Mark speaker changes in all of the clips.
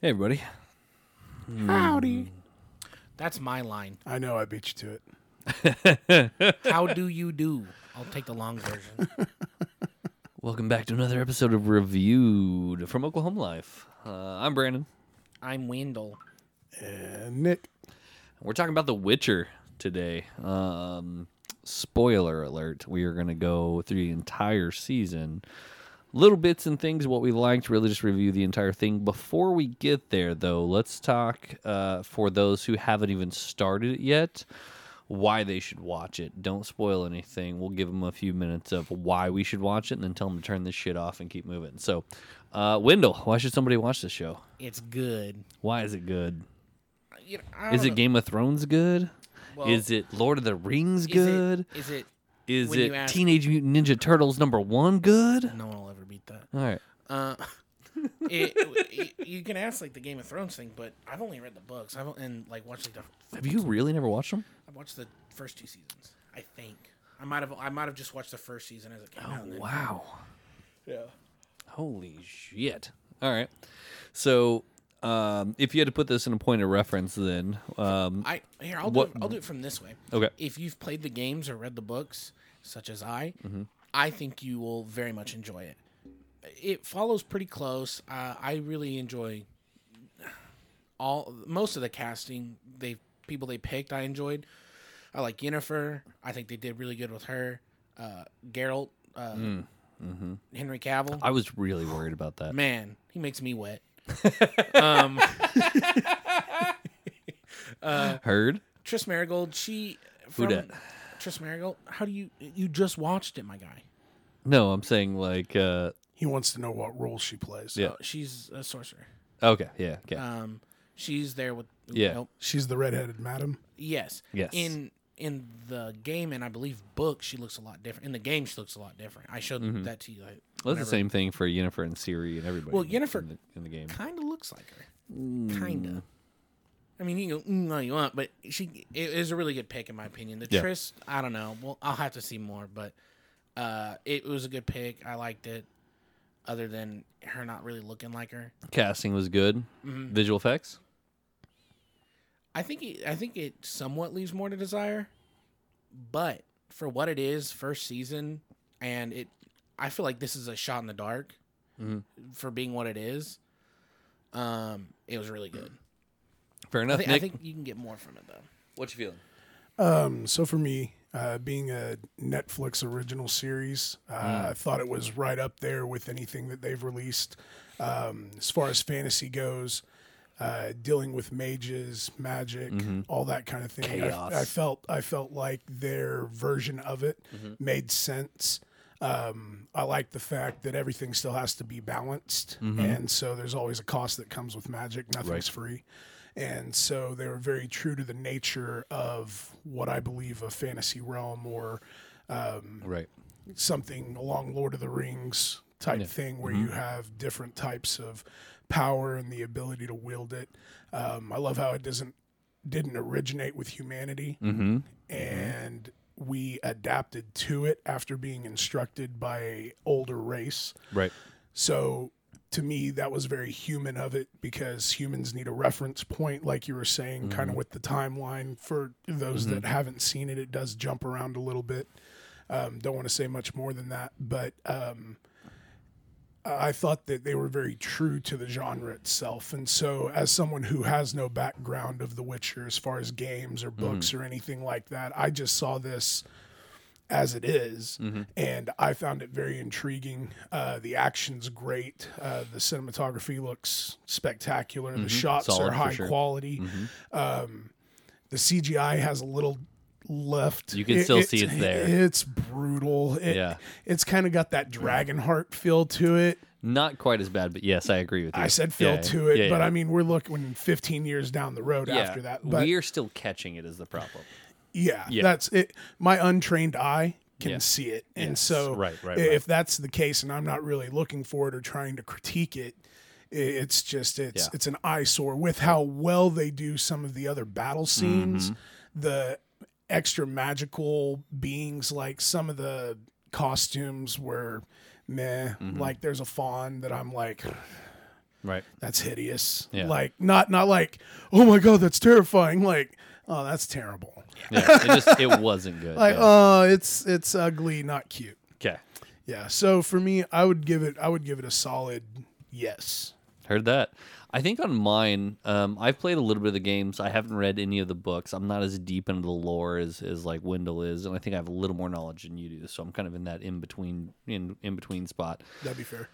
Speaker 1: Hey, everybody.
Speaker 2: Howdy.
Speaker 3: That's my line.
Speaker 2: I know I beat you to it.
Speaker 3: How do you do? I'll take the long version.
Speaker 1: Welcome back to another episode of Reviewed from Oklahoma Life. Uh, I'm Brandon.
Speaker 3: I'm Wendell.
Speaker 2: And Nick,
Speaker 1: We're talking about The Witcher today. Um, spoiler alert, we are going to go through the entire season. Little bits and things, what we liked, really just review the entire thing. Before we get there, though, let's talk uh, for those who haven't even started it yet why they should watch it. Don't spoil anything. We'll give them a few minutes of why we should watch it and then tell them to turn this shit off and keep moving. So, uh, Wendell, why should somebody watch this show?
Speaker 3: It's good.
Speaker 1: Why is it good?
Speaker 3: You know, I
Speaker 1: Is
Speaker 3: don't
Speaker 1: it
Speaker 3: know.
Speaker 1: Game of Thrones good?
Speaker 3: Well,
Speaker 1: is it Lord of the Rings
Speaker 3: Is it-
Speaker 1: good?
Speaker 3: Is it?
Speaker 1: Is
Speaker 3: when
Speaker 1: it
Speaker 3: you ask-
Speaker 1: Teenage Mutant Ninja Turtles number one good?
Speaker 3: No one will ever beat that.
Speaker 1: All right.
Speaker 3: Uh, it, it- you can ask like the Game of Thrones thing, but I've only read the books. I've and like watched like, the
Speaker 1: Have you really never watched them?
Speaker 3: I've watched the first two seasons. I think I might have I might have just watched the first season as it came out. and then-
Speaker 1: Oh, Wow.
Speaker 3: Yeah.
Speaker 1: Holy shit. All right. So, um, if you had to put this in a point of reference, then um,
Speaker 3: I here I'll
Speaker 1: What-
Speaker 3: do it, I'll do it from this way.
Speaker 1: Okay.
Speaker 3: If you've played the games or read the books, such as I,
Speaker 1: Mm-hmm.
Speaker 3: I think you will very much enjoy it. It follows pretty close. Uh, I really enjoy all most of the casting. They people they picked. I enjoyed. I like Yennefer. I think they did really good with her. Uh, Geralt, uh, Henry Cavill.
Speaker 1: Mm, mm-hmm. I was really worried about that.
Speaker 3: Man, he makes me wet. um,
Speaker 1: Heard?
Speaker 3: Tris Marigold, she from
Speaker 1: dat?
Speaker 3: Tris Marigold. How do you you just watched it, my guy?
Speaker 1: No, I'm saying like, uh,
Speaker 2: he wants to know what role she plays.
Speaker 1: Yeah.
Speaker 3: Oh, she's a sorcerer.
Speaker 1: okay, yeah, okay.
Speaker 3: Um, she's there with
Speaker 1: Yeah.
Speaker 3: Nope.
Speaker 2: She's the redheaded madam.
Speaker 3: Yes.
Speaker 1: Yes.
Speaker 3: In in the game and I believe book, she looks a lot different. In the game, she looks a lot different. I showed that to you. Like,
Speaker 1: Mm-hmm. Well, That's the same thing for Yennefer and Siri and everybody.
Speaker 3: Well,
Speaker 1: in-
Speaker 3: Yennefer-
Speaker 1: in the, in the game.
Speaker 3: Kind of looks like her.
Speaker 1: Mm.
Speaker 3: Kind of. I mean, you can go mm, all you want, but she it is a really good pick in my opinion. The
Speaker 1: Yeah.
Speaker 3: Tris, I don't know. Well, I'll have to see more, but uh, it was a good pick. I liked it. Other than her not really looking like her,
Speaker 1: Casting was good.
Speaker 3: Mm-hmm.
Speaker 1: Visual effects.
Speaker 3: I think it, I think it somewhat leaves more to desire, but for what it is, first season, and it, I feel like this is a shot in the dark for being what it is. Um, it was really good.
Speaker 1: Fair
Speaker 3: I
Speaker 1: enough.
Speaker 3: think, I
Speaker 1: Nick,
Speaker 3: think you can get more from it though.
Speaker 1: what you feeling?
Speaker 2: Um, so for me, uh, being a Netflix original series, uh,
Speaker 1: Mm.
Speaker 2: I thought it was right up there with anything that they've released. Um, as far as fantasy goes, uh, dealing with mages, magic, all that kind of thing. I-
Speaker 1: Mm-hmm. Chaos.
Speaker 2: I, felt I felt like their version of it
Speaker 1: Mm-hmm.
Speaker 2: made sense. Um, I like the fact that everything still has to be balanced,
Speaker 1: Mm-hmm.
Speaker 2: and so there's always a cost that comes with magic. Nothing's free, and so they were very true to the nature of what I believe a fantasy realm or um,
Speaker 1: Right.
Speaker 2: something along Lord of the Rings type thing where you have different types of power and the ability to wield it. Um, I love how it doesn't didn't originate with humanity
Speaker 1: Mm-hmm.
Speaker 2: and we adapted to it after being instructed by a older race.
Speaker 1: Right.
Speaker 2: So to me, that was very human of it because humans need a reference point, like you were saying, kind of with the timeline. For those that haven't seen it, it does jump around a little bit. Um, don't want to say much more than that, but um, I I thought that they were very true to the genre itself. And so, as someone who has no background of The Witcher as far as games or
Speaker 1: Mm-hmm.
Speaker 2: books or anything like that, I just saw this as it is,
Speaker 1: Mm-hmm.
Speaker 2: and I found it very intriguing. Uh, the action's great. Uh, the cinematography looks spectacular. The shots
Speaker 1: Mm-hmm. Solid
Speaker 2: are
Speaker 1: for
Speaker 2: high
Speaker 1: sure. Mm-hmm.
Speaker 2: quality. Um, the CGI has a little left.
Speaker 1: You can still see it's there.
Speaker 2: It's brutal. It,
Speaker 1: Yeah.
Speaker 2: It's kind of got that dragon heart feel to it.
Speaker 1: Not quite as bad, but yes, I agree with you.
Speaker 2: I said feel
Speaker 1: Yeah,
Speaker 2: to it,
Speaker 1: yeah,
Speaker 2: but
Speaker 1: yeah.
Speaker 2: I mean, we're looking 15 years down the road after that. But
Speaker 1: we are still catching it as the problem.
Speaker 2: yeah,
Speaker 1: Yeah.
Speaker 2: that's it. My untrained eye can
Speaker 1: Yeah.
Speaker 2: see it, and
Speaker 1: Yes,
Speaker 2: so
Speaker 1: right, right,
Speaker 2: i-
Speaker 1: right.
Speaker 2: if that's the case, and I'm not really looking for it or trying to critique it, i- it's just it's
Speaker 1: Yeah.
Speaker 2: it's an eyesore with how well they do some of the other battle scenes,
Speaker 1: Mm-hmm.
Speaker 2: the extra magical beings like some of the
Speaker 1: Mm-hmm.
Speaker 2: costumes were meh. Like there's a fawn that I'm like.
Speaker 1: Right.
Speaker 2: that's hideous.
Speaker 1: Yeah.
Speaker 2: Like not not like, oh my god, that's terrifying. Like, oh, that's terrible.
Speaker 1: Yeah. It just it wasn't good.
Speaker 2: Like,
Speaker 1: yeah.
Speaker 2: oh, it's it's ugly, not cute.
Speaker 1: okay.
Speaker 2: Yeah. So for me, I would give it I would give it a solid yes.
Speaker 1: Heard that. I think on mine, um, I've played a little bit of the games. I haven't read any of the books. I'm not as deep into the lore as, as like Wendell is, and I think I have a little more knowledge than you do. So I'm kind of in that in between in in between spot.
Speaker 2: That'd be fair.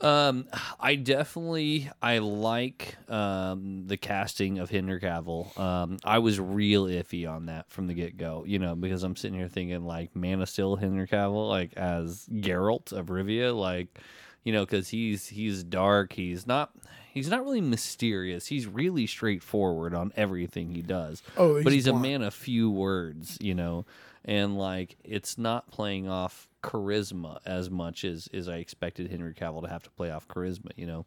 Speaker 1: Um, I definitely I like um, the casting of Henry Cavill. Um, I was real iffy on that from the get go, you know, because I'm sitting here thinking like Man of Steel Henry Cavill, like as Geralt of Rivia, like you know, because he's he's dark. He's not he's not really mysterious. He's really straightforward on everything he does.
Speaker 2: Oh,
Speaker 1: but
Speaker 2: he's
Speaker 1: he's a
Speaker 2: blunt.
Speaker 1: man of few words, you know, and like it's not playing off charisma as much as as I expected Henry Cavill to have to play off charisma, you know.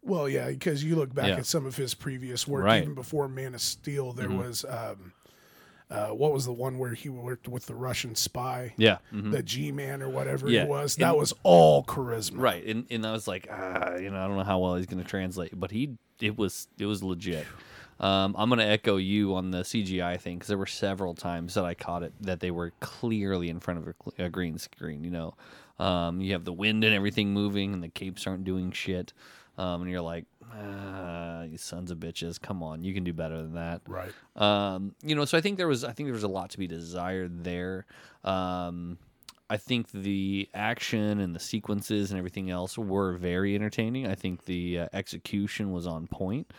Speaker 2: Well, yeah, because you look back
Speaker 1: Yeah.
Speaker 2: at some of his previous work,
Speaker 1: Right. Mm-hmm.
Speaker 2: even before Man of Steel, there was um, uh, what was the one where he worked with the Russian spy,
Speaker 1: Yeah. mhm.
Speaker 2: the G Man or whatever
Speaker 1: Yeah.
Speaker 2: it was. That was all charisma.
Speaker 1: Right. And and I was like, ah, you know, I don't know how well he's going to translate, but he it was it was legit. Um, I'm going to echo you on the CGI thing because there were several times that I caught it that they were clearly in front of a, cl- a green screen. You know, um, you have the wind and everything moving, and the capes aren't doing shit. Um, and you're like, ah, you sons of bitches, come on, you can do better than that
Speaker 2: Right.
Speaker 1: um, you know so i think there was i think there was a lot to be desired there um, i think the action and the sequences and everything else were very entertaining i think the uh, execution was on point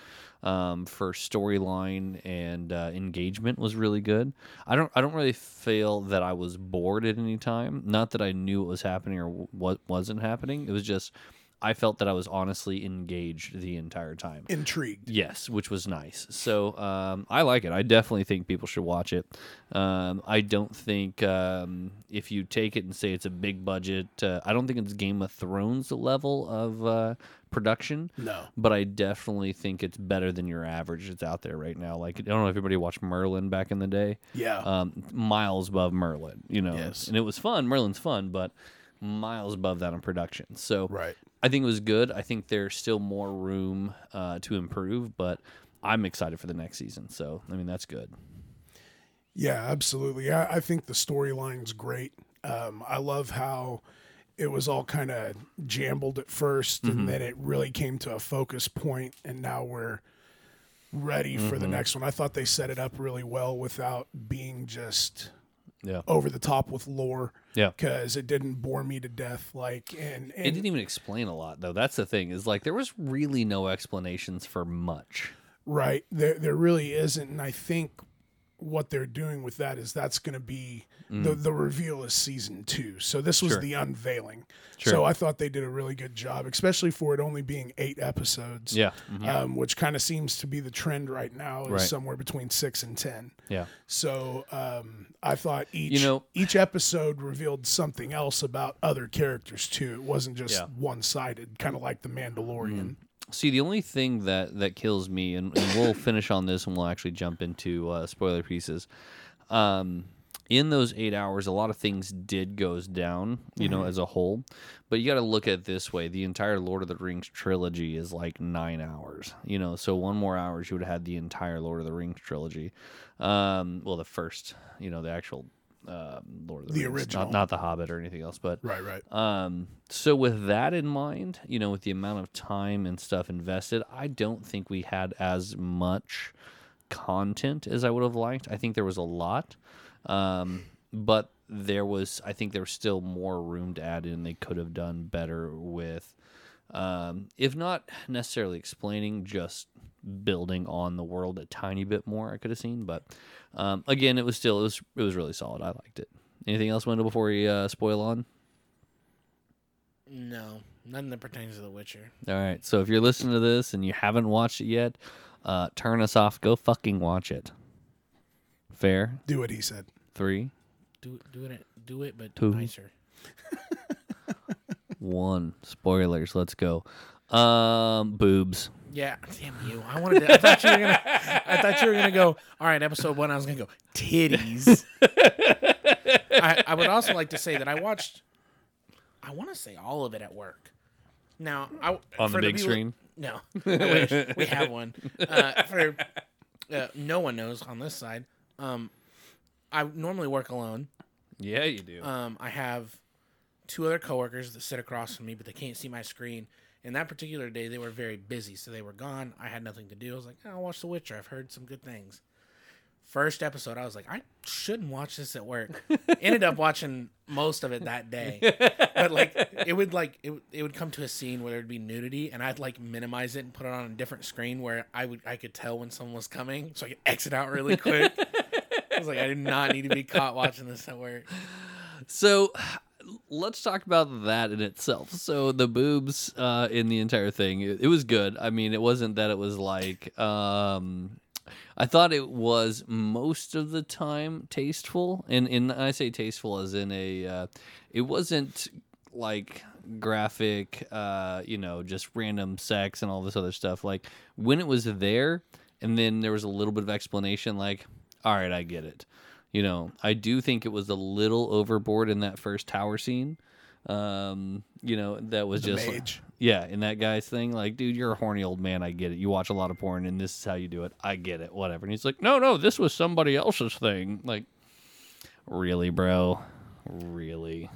Speaker 1: um, for storyline and uh, engagement was really good i don't i don't really feel that i was bored at any time not that i knew what was happening or what wasn't happening it was just i felt that i was honestly engaged the entire time
Speaker 2: Intrigued.
Speaker 1: Yes, which was nice. So um, I like it. I definitely think people should watch it. Um, I don't think um, if you take it and say it's a big budget, uh, I don't think it's Game of Thrones level of uh, production.
Speaker 2: No.
Speaker 1: But I definitely think it's better than your average that's out there right now. Like I don't know if everybody watched Merlin back in the day.
Speaker 2: Yeah.
Speaker 1: Um, miles above Merlin, you know.
Speaker 2: Yes.
Speaker 1: And it was fun. Merlin's fun, but miles above that in production. So
Speaker 2: right.
Speaker 1: I think it was good. I think there's still more room uh, to improve, but I'm excited for the next season. So, I mean, that's good.
Speaker 2: Yeah, absolutely. I, I think the storyline's great. Um, I love how it was all kind of jambled at 1st
Speaker 1: Mm-hmm.
Speaker 2: and then it really came to a focus point, and now we're ready for
Speaker 1: Mm-hmm.
Speaker 2: the next one. I thought they set it up really well without being just
Speaker 1: Yeah.
Speaker 2: over the top with lore
Speaker 1: Yeah.
Speaker 2: because it didn't bore me to death. Like, and,
Speaker 1: It
Speaker 2: and
Speaker 1: didn't even explain a lot, though. That's the thing, is like there was really no explanations for much.
Speaker 2: Right. There there really isn't. And I think what they're doing with that is that's going to be the, the reveal is season two. So this was
Speaker 1: Mm. Sure.
Speaker 2: the unveiling.
Speaker 1: Sure.
Speaker 2: So I thought they did a really good job, especially for it only being eight episodes.
Speaker 1: Yeah. Mhm.
Speaker 2: Um, which kind of seems to be the trend right now is
Speaker 1: Right.
Speaker 2: somewhere between six and ten.
Speaker 1: Yeah.
Speaker 2: So um, I thought each
Speaker 1: You know-
Speaker 2: each episode revealed something else about other characters too. It wasn't just
Speaker 1: Yeah. Mm.
Speaker 2: one sided, kind of like the Mandalorian.
Speaker 1: See, the only thing that that kills me, and, and we'll finish on this, and we'll actually jump into uh, spoiler pieces. Um, in those eight hours, a lot of things did goes down, you know,
Speaker 2: Mm-hmm.
Speaker 1: as a whole. But you got to look at it this way: the entire Lord of the Rings trilogy is like nine hours, you know. So one more hours, you would have had the entire Lord of the Rings trilogy. Um, well, the first, you know, the actual um Lord of the,
Speaker 2: The
Speaker 1: Rings,
Speaker 2: original.
Speaker 1: not, not the Hobbit or anything else, but
Speaker 2: Right, right.
Speaker 1: um, so with that in mind, you know, with the amount of time and stuff invested, I don't think we had as much content as I would have liked. I think there was a lot, um, but there was, I think there was still more room to add in. They could have done better with, um, if not necessarily explaining, just building on the world a tiny bit more. I could have seen, but um, again, it was still it was it was really solid. I liked it. Anything else, Wendell, before we uh, spoil on?
Speaker 3: No, nothing that pertains to The Witcher.
Speaker 1: All right. So if you're listening to this and you haven't watched it yet, uh, turn us off. Go fucking watch it. Fair.
Speaker 2: Do what he said.
Speaker 1: Three,
Speaker 3: Do do it, do it, but
Speaker 1: Who?
Speaker 3: nicer.
Speaker 1: one. Spoilers. Let's go. Um, boobs.
Speaker 3: Yeah, damn you! I wanted. To, I thought you were gonna. I thought you were gonna go. All right, episode one. I was gonna go titties. I, I would also like to say that I watched. I want to say all of it at work. Now, I
Speaker 1: On the
Speaker 3: for
Speaker 1: big
Speaker 3: people-
Speaker 1: screen?
Speaker 3: No, I wish we have one. Uh, for uh, no one knows on this side. Um, I normally work alone.
Speaker 1: Yeah, you do.
Speaker 3: Um, I have two other coworkers that sit across from me, but they can't see my screen. And that particular day, they were very busy, so they were gone. I had nothing to do. I was like, "Oh, I'll watch The Witcher. I've heard some good things. First episode, I was like, I shouldn't watch this at work. Ended up watching most of it that day, but like it would like it, would- it would come to a scene where there'd be nudity, and I'd like minimize it and put it on a different screen where I would I could tell when someone was coming, so I could exit out really quick. I was like, I do not need to be caught watching this at work.
Speaker 1: So let's talk about that in itself. So the boobs uh, in the entire thing, it, it was good. I mean, it wasn't that it was like. Um, I thought it was most of the time tasteful, and and I say tasteful as in a, uh, it wasn't like graphic, uh, you know, just random sex and all this other stuff. Like when it was there, and then there was a little bit of explanation, like, all right, I get it you know, I do think it was a little overboard in that first tower scene. Um, you know, that was just
Speaker 2: mage.
Speaker 1: yeah, in that guy's thing, like, dude, you're a horny old man. I get it. You watch a lot of porn, and this is how you do it. I get it. Whatever. And he's like, no, no, this was somebody else's thing. Like, really, bro, really.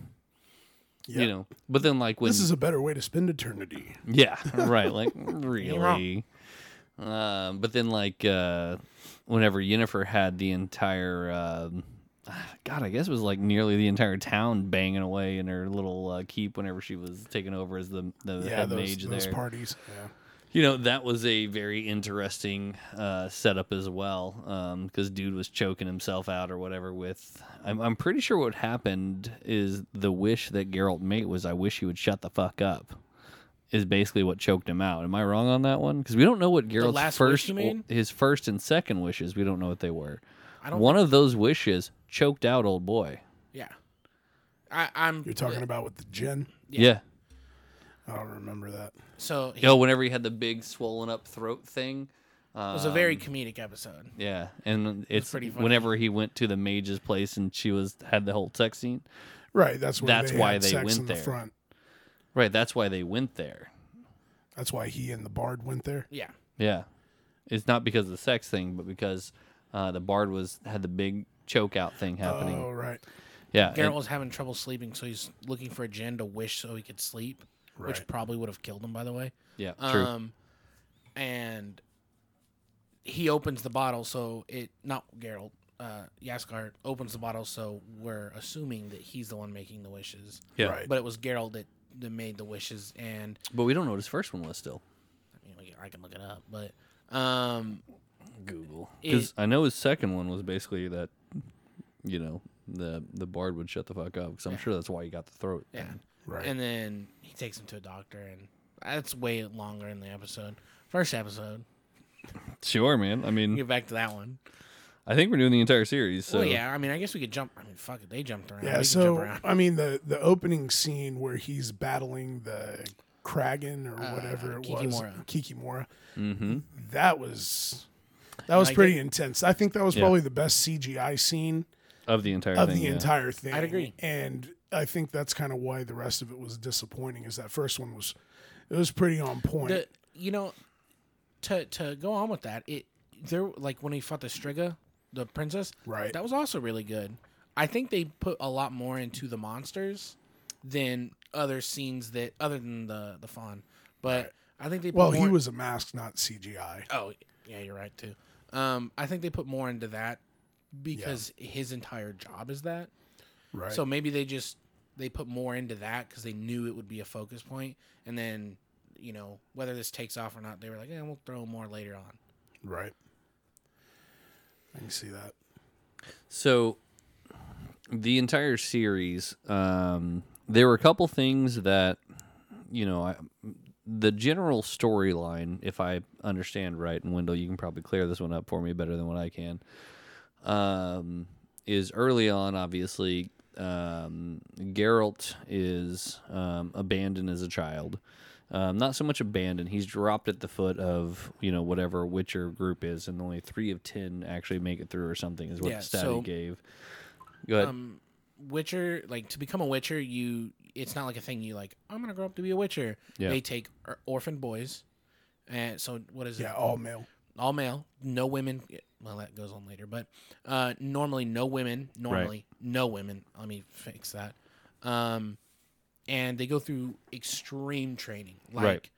Speaker 2: Yeah.
Speaker 1: You know, but then like when
Speaker 2: This is a better way to spend eternity.
Speaker 1: yeah, right. Like really. Um, but then like uh, whenever Unifer had the entire um God, I guess it was like nearly the entire town banging away in her little uh, keep. Whenever she was taken over as the the
Speaker 2: Yeah,
Speaker 1: head
Speaker 2: those,
Speaker 1: mage
Speaker 2: those
Speaker 1: there,
Speaker 2: parties. Yeah.
Speaker 1: you know that was a very interesting uh, setup as well because dude was choking himself out or whatever with I'm, I'm pretty sure what happened is the wish that Geralt made was I wish he would shut the fuck up is basically what choked him out am I wrong on that one because we don't know what Geralt's
Speaker 3: last wish,
Speaker 1: first
Speaker 3: you mean?
Speaker 1: his first and second wishes we don't know what they were
Speaker 3: I don't.
Speaker 1: one of those wishes choked out old boy
Speaker 3: yeah, I, I'm.
Speaker 2: You're talking about with the gin.
Speaker 1: yeah,
Speaker 2: I don't remember that.
Speaker 3: So he,
Speaker 1: you know Oh, whenever he had the big swollen up throat thing
Speaker 3: it was a very comedic episode.
Speaker 1: Yeah, and it's
Speaker 3: pretty funny.
Speaker 1: whenever he went to the mage's place and she was had the whole sex scene.
Speaker 2: Right. That's where
Speaker 1: That's
Speaker 2: they
Speaker 1: why
Speaker 2: had
Speaker 1: they
Speaker 2: sex
Speaker 1: went
Speaker 2: in
Speaker 1: there.
Speaker 2: The front.
Speaker 1: Right, that's why they went there.
Speaker 2: That's why he and the bard went there.
Speaker 3: Yeah,
Speaker 1: Yeah, it's not because of the sex thing, but because uh, the bard was had the big choke out thing happening.
Speaker 2: Oh, right.
Speaker 1: yeah,
Speaker 3: Garrett
Speaker 1: and-
Speaker 3: was having trouble sleeping, so he's looking for a gin to wish so he could sleep, which
Speaker 2: Right.
Speaker 3: probably would have killed him, by the way.
Speaker 1: yeah, true.
Speaker 3: Um, and he opens the bottle, so it not Geralt, uh, Yaskar opens the bottle, so we're assuming that he's the one making the wishes.
Speaker 1: yeah,
Speaker 2: Right.
Speaker 3: But it was Geralt that, that made the wishes, and
Speaker 1: but we don't know what his first one was still.
Speaker 3: I, mean, I can look it up, but um,
Speaker 1: Google, because
Speaker 3: It-
Speaker 1: I know his second one was basically that, you know, the the bard would shut the fuck up because I'm sure that's why he got the throat.
Speaker 3: yeah.
Speaker 1: thing.
Speaker 2: Right.
Speaker 3: And then he takes him to a doctor, and that's way longer in the episode. First episode.
Speaker 1: sure, man. I mean,
Speaker 3: Get back to that one.
Speaker 1: I think we're doing the entire series. So
Speaker 3: Well, yeah. I mean, I guess we could jump. I mean, fuck it. They jumped around. we
Speaker 2: yeah.
Speaker 3: can jump
Speaker 2: So
Speaker 3: around.
Speaker 2: I mean the the opening scene where he's battling the kraken or
Speaker 1: Uh,
Speaker 2: whatever it was,
Speaker 3: Kikimora.
Speaker 2: Kikimora.
Speaker 1: hmm
Speaker 2: That was that was
Speaker 3: I
Speaker 2: pretty intense. I think that was
Speaker 1: Yeah.
Speaker 2: probably the best CGI scene
Speaker 1: of the entire
Speaker 2: of
Speaker 1: thing,
Speaker 2: the
Speaker 1: yeah.
Speaker 2: entire thing.
Speaker 3: I'd agree.
Speaker 2: And I think that's kind of why the rest of it was disappointing. Is that first one was it was pretty on point.
Speaker 3: The- you know, to to go on with that, it there like when he fought the Striga, the princess.
Speaker 2: Right.
Speaker 3: That was also really good. I think they put a lot more into the monsters than other scenes that other than the the fawn. But I think they put
Speaker 2: well,
Speaker 3: more-
Speaker 2: he was a mask, not CGI.
Speaker 3: Oh, yeah, you're right too. Um, I think they put more into that because his entire job is that.
Speaker 2: Right.
Speaker 3: So maybe they just they put more into that because they knew it would be a focus point, and then you know whether this takes off or not, they were like, "Yeah, we'll throw more later on."
Speaker 2: right. I can see that.
Speaker 1: So the entire series, um, there were a couple things that you know, I, the general storyline, if I understand right, and Wendell, you can probably clear this one up for me better than what I can. Um, is early on, obviously, um, Geralt is um, abandoned as a child. Um, not so much abandoned. He's dropped at the foot of you know whatever Witcher group is, and only three of ten actually make it through, or something is what
Speaker 3: Yeah,
Speaker 1: the stat
Speaker 3: so-
Speaker 1: he gave. Go ahead.
Speaker 3: Um, Witcher, like to become a Witcher, you it's not like a thing you like. I'm gonna grow up to be a Witcher.
Speaker 1: Yeah.
Speaker 3: They take or- orphan boys, And so what is it?
Speaker 2: Yeah, all male.
Speaker 3: all male, no women. Well, that goes on later, but uh, normally no women. Normally no women. Let me fix that. Um, and they go through extreme training, like
Speaker 1: Right.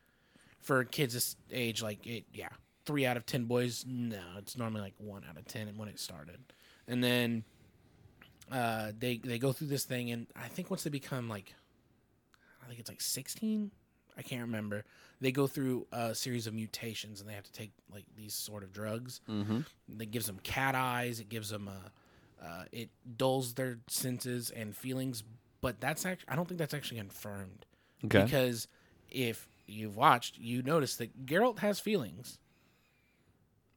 Speaker 3: for kids this age, like it, yeah, three out of ten boys. No, it's normally like one out of ten when it started, and then uh, they they go through this thing, and I think once they become like, I think it's like sixteen. I can't remember. They go through a series of mutations, and they have to take like these sort of drugs.
Speaker 1: Mm-hmm.
Speaker 3: That gives them cat eyes. It gives them uh uh, it dulls their senses and feelings. But that's actually, I don't think that's actually confirmed
Speaker 1: Okay.
Speaker 3: because if you've watched, you notice that Geralt has feelings.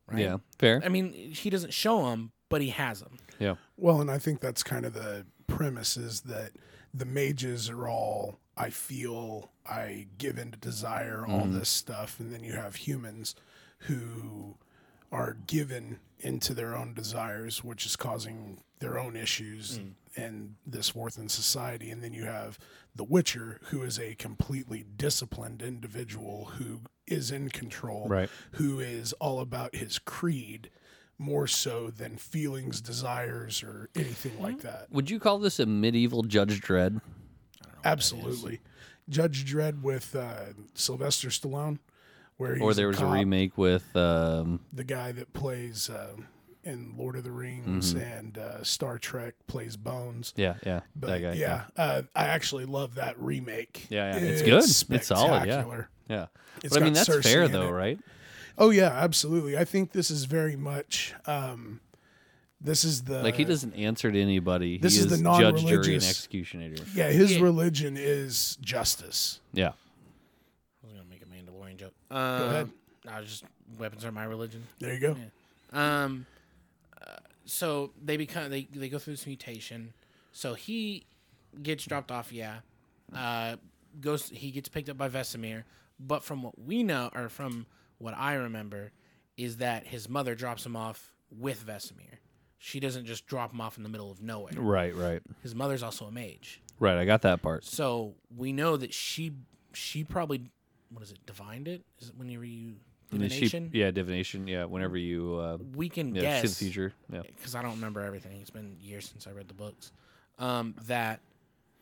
Speaker 3: Right?
Speaker 1: Yeah. Fair.
Speaker 3: I mean, he doesn't show them, but he has them.
Speaker 1: Yeah.
Speaker 2: Well, and I think that's kind of the premise is that the mages are all I feel, I give into desire, all this stuff, and then you have humans who are given into their own desires, which is causing their own issues and this worth in society. And then you have the Witcher, who is a completely disciplined individual who is in control,
Speaker 1: Right.
Speaker 2: who is all about his creed more so than feelings, desires, or anything like that.
Speaker 1: Would you call this a medieval Judge Dredd?
Speaker 2: Absolutely. Judge Dredd with uh, Sylvester Stallone, where he's
Speaker 1: Or there was
Speaker 2: cop,
Speaker 1: a remake with um,
Speaker 2: the guy that plays uh, in Lord of the Rings
Speaker 1: Mm-hmm.
Speaker 2: and uh, Star Trek plays Bones.
Speaker 1: yeah, yeah,
Speaker 2: But
Speaker 1: that guy.
Speaker 2: yeah, Uh, I actually love that remake.
Speaker 1: Yeah, yeah. It's good. It's solid, yeah.
Speaker 2: spectacular.
Speaker 1: yeah.
Speaker 2: It's
Speaker 1: But I mean
Speaker 2: got
Speaker 1: that's
Speaker 2: Cersei
Speaker 1: fair
Speaker 2: in
Speaker 1: though,
Speaker 2: it.
Speaker 1: right?
Speaker 2: Oh yeah, absolutely. I think this is very much. Um, this is the
Speaker 1: Like he doesn't answer to anybody.
Speaker 2: Uh, this
Speaker 1: he
Speaker 2: is
Speaker 1: is,
Speaker 2: the
Speaker 1: judge, jury, and
Speaker 2: non-religious-
Speaker 1: executioner.
Speaker 2: Yeah, his
Speaker 3: Yeah.
Speaker 2: religion is justice.
Speaker 1: Yeah.
Speaker 3: I was gonna make a Mandalorian joke. Um,
Speaker 2: ahead.
Speaker 3: I was just weapons are my religion.
Speaker 2: There you go.
Speaker 3: Um, uh, so they become they they go through this mutation. So he gets dropped off. Yeah, uh, goes he gets picked up by Vesemir. But from what we know, or from what I remember, is that his mother drops him off with Vesemir. She doesn't just drop him off in the middle of nowhere.
Speaker 1: Right, right.
Speaker 3: His mother's also a mage,
Speaker 1: Right, I got that part.
Speaker 3: so we know that she she probably what is it divined it is it when you you
Speaker 1: And then she-
Speaker 3: divination
Speaker 1: yeah, divination. Yeah, whenever you uh,
Speaker 3: we can
Speaker 1: yeah,
Speaker 3: guess
Speaker 1: see the future. Yeah.
Speaker 3: because I don't remember everything. It's been years since I read the books. Um, that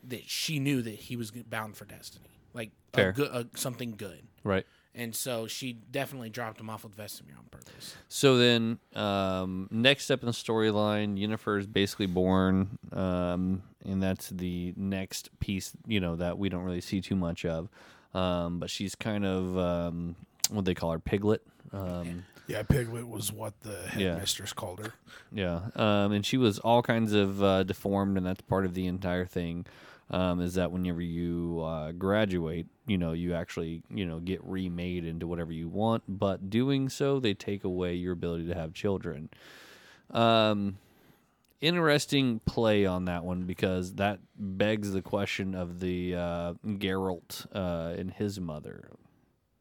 Speaker 3: that she knew that he was bound for destiny, like
Speaker 1: Fair.
Speaker 3: a good, a, something good,
Speaker 1: Right.
Speaker 3: and so she definitely dropped him off with Vesemir on purpose.
Speaker 1: So then, um, next step in the storyline, Yennefer is basically born, um, and that's the next piece, you know, that we don't really see too much of. Um, but she's kind of um, what they call her piglet. Um,
Speaker 2: Yeah, Piglet was what the
Speaker 1: Yeah.
Speaker 2: headmistress called her.
Speaker 1: yeah, um, and she was all kinds of uh, deformed, and that's part of the entire thing. Um, is that whenever you uh, graduate, you know, you actually, you know, get remade into whatever you want, but doing so, they take away your ability to have children. Um, interesting play on that one because that begs the question of the uh, Geralt uh, and his mother.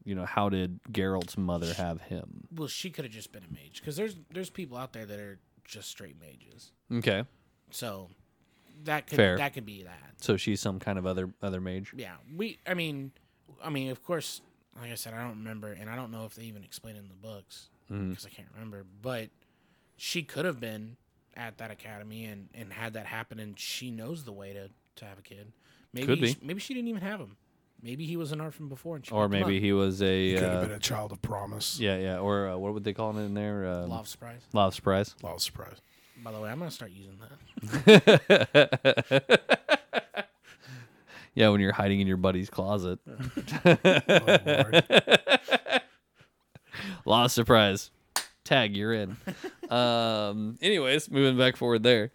Speaker 1: You know, how did Geralt's mother have him?
Speaker 3: Well, she could have just been a mage because there's there's people out there that are just straight mages,
Speaker 1: Okay,
Speaker 3: so that could
Speaker 1: Fair.
Speaker 3: that could be that.
Speaker 1: so she's some kind of other other mage.
Speaker 3: Yeah, we. I mean, I mean, of course, like I said, I don't remember, and I don't know if they even explain it in the books because
Speaker 1: Mm-hmm.
Speaker 3: I can't remember. But she could have been at that academy and and had that happen, and she knows the way to to have a kid. Maybe
Speaker 1: Could be.
Speaker 3: sh- maybe she didn't even have him. Maybe he was an orphan before, and she
Speaker 1: Or
Speaker 3: picked him
Speaker 1: maybe
Speaker 3: up.
Speaker 1: he was a
Speaker 2: Could
Speaker 1: uh,
Speaker 2: have been a child of promise.
Speaker 1: yeah yeah or uh, what would they call it in there? Um,
Speaker 3: love surprise.
Speaker 1: Love surprise.
Speaker 2: A lot of surprise.
Speaker 3: By the way, I'm gonna start using that.
Speaker 1: Yeah, when you're hiding in your buddy's closet.
Speaker 2: Oh, Lord.
Speaker 1: Love surprise. Tag, you're in. um, anyways, moving back forward there.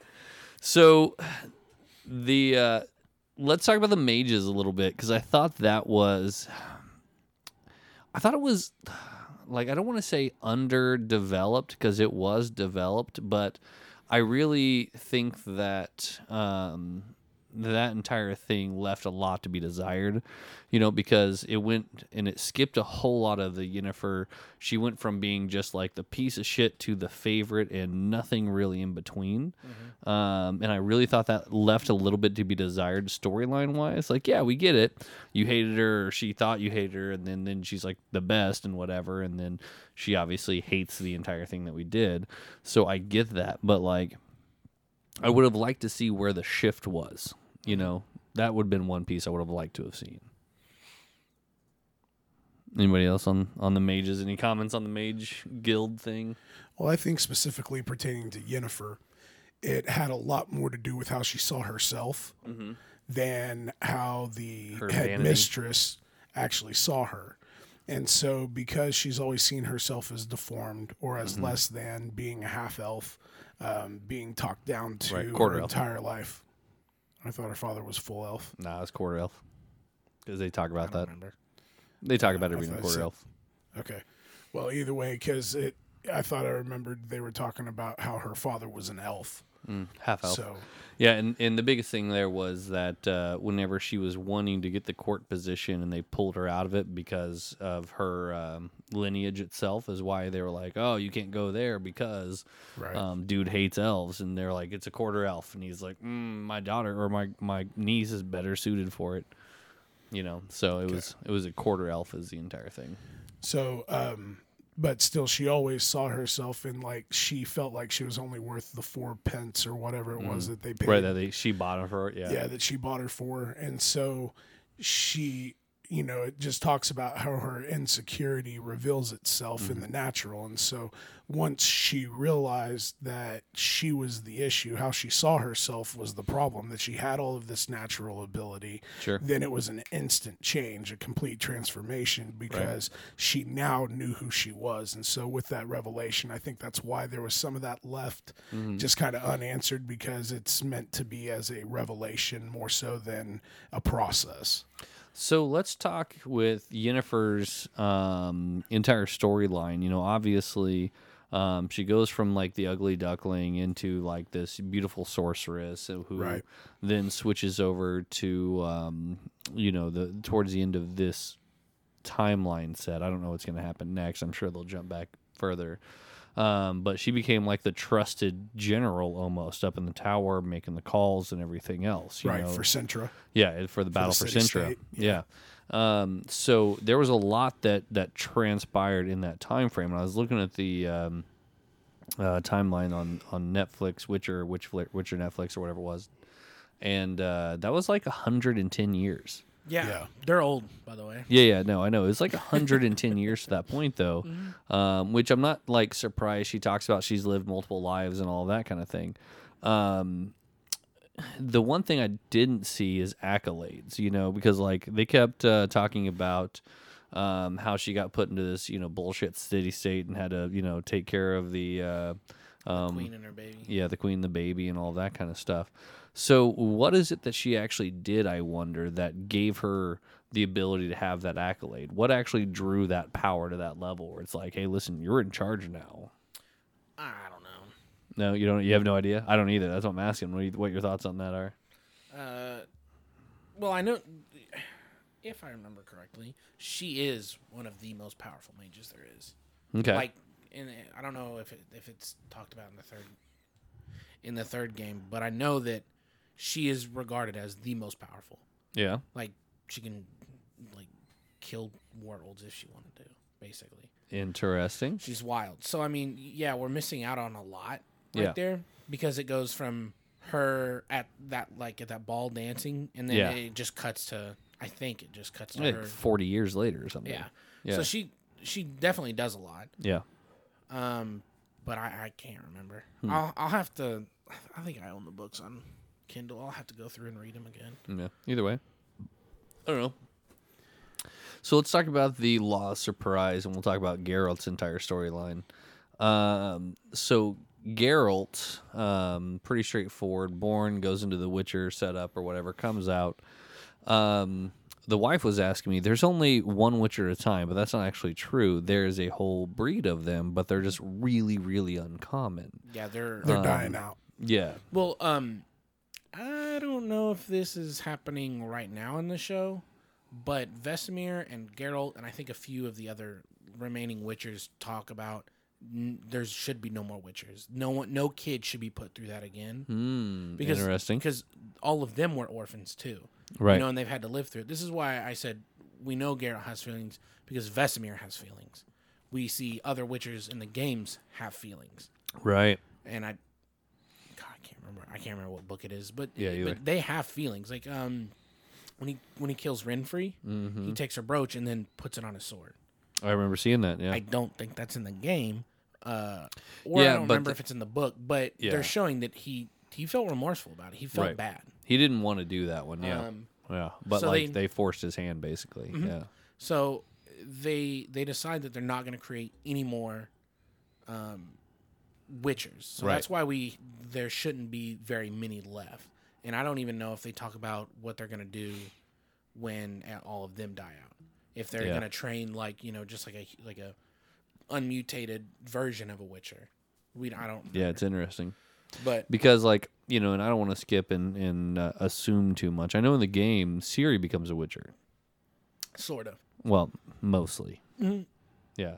Speaker 1: So the uh, let's talk about the mages a little bit because I thought that was, I thought it was like I don't want to say underdeveloped because it was developed, but I really think that um, that entire thing left a lot to be desired, you know, because it went and it skipped a whole lot of the Yennefer. She went from being just like the piece of shit to the favorite and nothing really in between. Um, and I really thought that left a little bit to be desired storyline wise. Like, yeah, we get it. You hated her, or she thought you hated her, and then, then she's like the best and whatever. And then she obviously hates the entire thing that we did. So I get that. But like, I would have liked to see where the shift was. You know, that would have been one piece I would have liked to have seen. Anybody else on on the mages? Any comments on the mage guild thing?
Speaker 2: Well, I think specifically pertaining to Yennefer, it had a lot more to do with how she saw herself than how the
Speaker 1: Her
Speaker 2: headmistress actually saw her. And so, because she's always seen herself as deformed or as
Speaker 1: Mm-hmm.
Speaker 2: less than, being a half elf, um, being talked down to
Speaker 1: Right, quarter
Speaker 2: her
Speaker 1: elf.
Speaker 2: entire life. I thought her father was full elf.
Speaker 1: Nah, it's quarter elf. Because they talk about that.
Speaker 3: remember.
Speaker 1: They talk about it being
Speaker 2: thought I
Speaker 1: quarter
Speaker 2: said-
Speaker 1: elf.
Speaker 2: Okay. Well, either way, because it, I thought I remembered they were talking about how her father was an elf.
Speaker 1: Mm, Half elf.
Speaker 2: So,
Speaker 1: Yeah, and, and the biggest thing there was that uh, whenever she was wanting to get the court position and they pulled her out of it because of her um, lineage itself, is why they were like, oh, you can't go there because
Speaker 2: Right.
Speaker 1: um, dude hates elves. And they're like, it's a quarter elf. And he's like, mm, my daughter or my, my niece is better suited for it. You know, so it was it was a quarter elf is the entire thing.
Speaker 2: So, um, but still, she always saw herself in like she felt like she was only worth the four pence or whatever it was that they paid.
Speaker 1: Mm-hmm. Right, that they, she bought it for it. Yeah.
Speaker 2: yeah, that she bought her for, and so she, you know, it just talks about how her insecurity reveals itself in the
Speaker 1: Mm-hmm.
Speaker 2: natural, and so once she realized that she was the issue, how she saw herself was the problem, that she had all of this natural ability,
Speaker 1: Sure.
Speaker 2: then it was an instant change, a complete transformation because she now knew who she was. And so, with that revelation, I think that's why there was some of that left
Speaker 1: Mm-hmm.
Speaker 2: just kind of unanswered because it's meant to be as a revelation more so than a process.
Speaker 1: So let's talk with Yennefer's um, entire storyline. You know, obviously, um, she goes from like the ugly duckling into like this beautiful sorceress, who
Speaker 2: Right.
Speaker 1: then switches over to um, you know the towards the end of this timeline set. I don't know what's going to happen next. I'm sure they'll jump back further. Um, but she became like the trusted general almost up in the tower, making the calls and everything else. You
Speaker 2: right.
Speaker 1: know?
Speaker 2: For Sentra.
Speaker 1: Yeah, and for the battle for,
Speaker 2: city
Speaker 1: Sintra.
Speaker 2: state,
Speaker 1: Yeah. Um, so there was a lot that that transpired in that time frame. And I was looking at the um, uh, timeline on on Netflix, Witcher, Witch, Witcher Netflix, or whatever it was, and uh, that was like 110 years.
Speaker 3: Yeah.
Speaker 2: Yeah.
Speaker 3: They're old, by the way.
Speaker 1: Yeah, yeah, no, I know. It's like 110 years to that point, though, um, which I'm not like surprised. She talks about she's lived multiple lives and all that kind of thing. Um, the one thing I didn't see is accolades, you know, because like they kept uh, talking about um, how she got put into this, you know, bullshit city state and had to, you know, take care of the. Uh, um,
Speaker 3: Queen and her baby.
Speaker 1: yeah, the queen, the baby, and all that kind of stuff. So, what is it that she actually did? I wonder that gave her the ability to have that accolade. What actually drew that power to that level where it's like, hey, listen, you're in charge now.
Speaker 3: I don't know.
Speaker 1: No, you don't. You have no idea. I don't either. That's what I'm asking. What, do you, what your thoughts on that are?
Speaker 3: Uh, well, I know, if I remember correctly, she is one of the most powerful mages there is.
Speaker 1: Okay.
Speaker 3: Like, in, I don't know if it, if it's talked about in the third in the third game, but I know that she is regarded as the most powerful.
Speaker 1: yeah.
Speaker 3: Like, she can like kill worlds if she wanted to, basically.
Speaker 1: Interesting.
Speaker 3: She's wild. So I mean, yeah, we're missing out on a lot right
Speaker 1: Yeah.
Speaker 3: there because it goes from her at that like at that ball dancing, and then
Speaker 1: Yeah.
Speaker 3: it just cuts to I think it just cuts to
Speaker 1: Like
Speaker 3: her.
Speaker 1: 40 years later or something.
Speaker 3: Yeah.
Speaker 1: Yeah.
Speaker 3: So she she definitely does a lot.
Speaker 1: yeah.
Speaker 3: Um, but I I can't remember.
Speaker 1: Hmm.
Speaker 3: I'll I'll have to. I think I own the books on Kindle. I'll have to go through and read them again.
Speaker 1: Yeah. Either way. I don't know. So let's talk about the Law of Surprise and we'll talk about Geralt's entire storyline. Um, so Geralt, um, pretty straightforward, born, goes into the Witcher setup or whatever, comes out. Um, the wife was asking me, there's only one Witcher at a time, but that's not actually true. There's a whole breed of them, but they're just really, really uncommon. Um,
Speaker 3: Yeah, they're
Speaker 2: They're dying out.
Speaker 1: Yeah.
Speaker 3: well. Um, I don't know if this is happening right now in the show, but Vesemir and Geralt, and I think a few of the other remaining Witchers talk about n- there should be no more Witchers. No one, no kid should be put through that again
Speaker 1: Hmm.
Speaker 3: because
Speaker 1: interesting.
Speaker 3: because all of them were orphans too,
Speaker 1: Right.
Speaker 3: You know, and they've had to live through it. This is why I said we know Geralt has feelings because Vesemir has feelings. We see other Witchers in the games have feelings
Speaker 1: right.
Speaker 3: and I, God, I can't remember. I can't remember what book it is, but
Speaker 1: Yeah, either.
Speaker 3: but they have feelings. Like um, when he when he kills Renfrey, he
Speaker 1: Mm-hmm.
Speaker 3: takes her brooch and then puts it on his sword.
Speaker 1: I remember seeing that. Yeah.
Speaker 3: I don't think that's in the game, uh, or
Speaker 1: Yeah,
Speaker 3: I don't
Speaker 1: but
Speaker 3: remember
Speaker 1: the-
Speaker 3: if it's in the book. But
Speaker 1: Yeah.
Speaker 3: they're showing that he he felt remorseful about it. He felt
Speaker 1: Right.
Speaker 3: bad.
Speaker 1: he didn't want to do that one. Yeah.
Speaker 3: Um,
Speaker 1: yeah. But
Speaker 3: so
Speaker 1: like
Speaker 3: they- Mm-hmm.
Speaker 1: they, forced his hand basically. Yeah.
Speaker 3: So they they decide that they're not going to create any more um, Witchers. So
Speaker 1: Right.
Speaker 3: that's why we there shouldn't be very many left. And I don't even know if they talk about what they're going to do when uh, all of them die out. If they're
Speaker 1: Yeah.
Speaker 3: going to train like you know just like a like a unmutated version of a Witcher. We I don't
Speaker 1: Yeah. It's interesting.
Speaker 3: but
Speaker 1: because like you know and i don't want to skip and, and uh, assume too much i know in the game siri becomes a witcher
Speaker 3: sort of
Speaker 1: well mostly
Speaker 3: Mm-hmm.
Speaker 1: yeah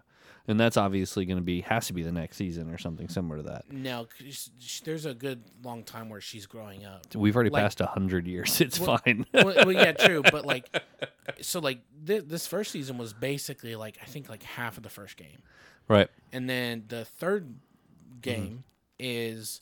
Speaker 1: and that's obviously going to be has to be the next season or something similar to that
Speaker 3: no 'cause sh- there's a good long time where she's growing up.
Speaker 1: we've already
Speaker 3: Like-
Speaker 1: passed passed 100 years it's
Speaker 3: Well-
Speaker 1: fine
Speaker 3: well, well, yeah, true. But like, so like th- this first season was basically like I think like half of the first game,
Speaker 1: right
Speaker 3: and then the third game is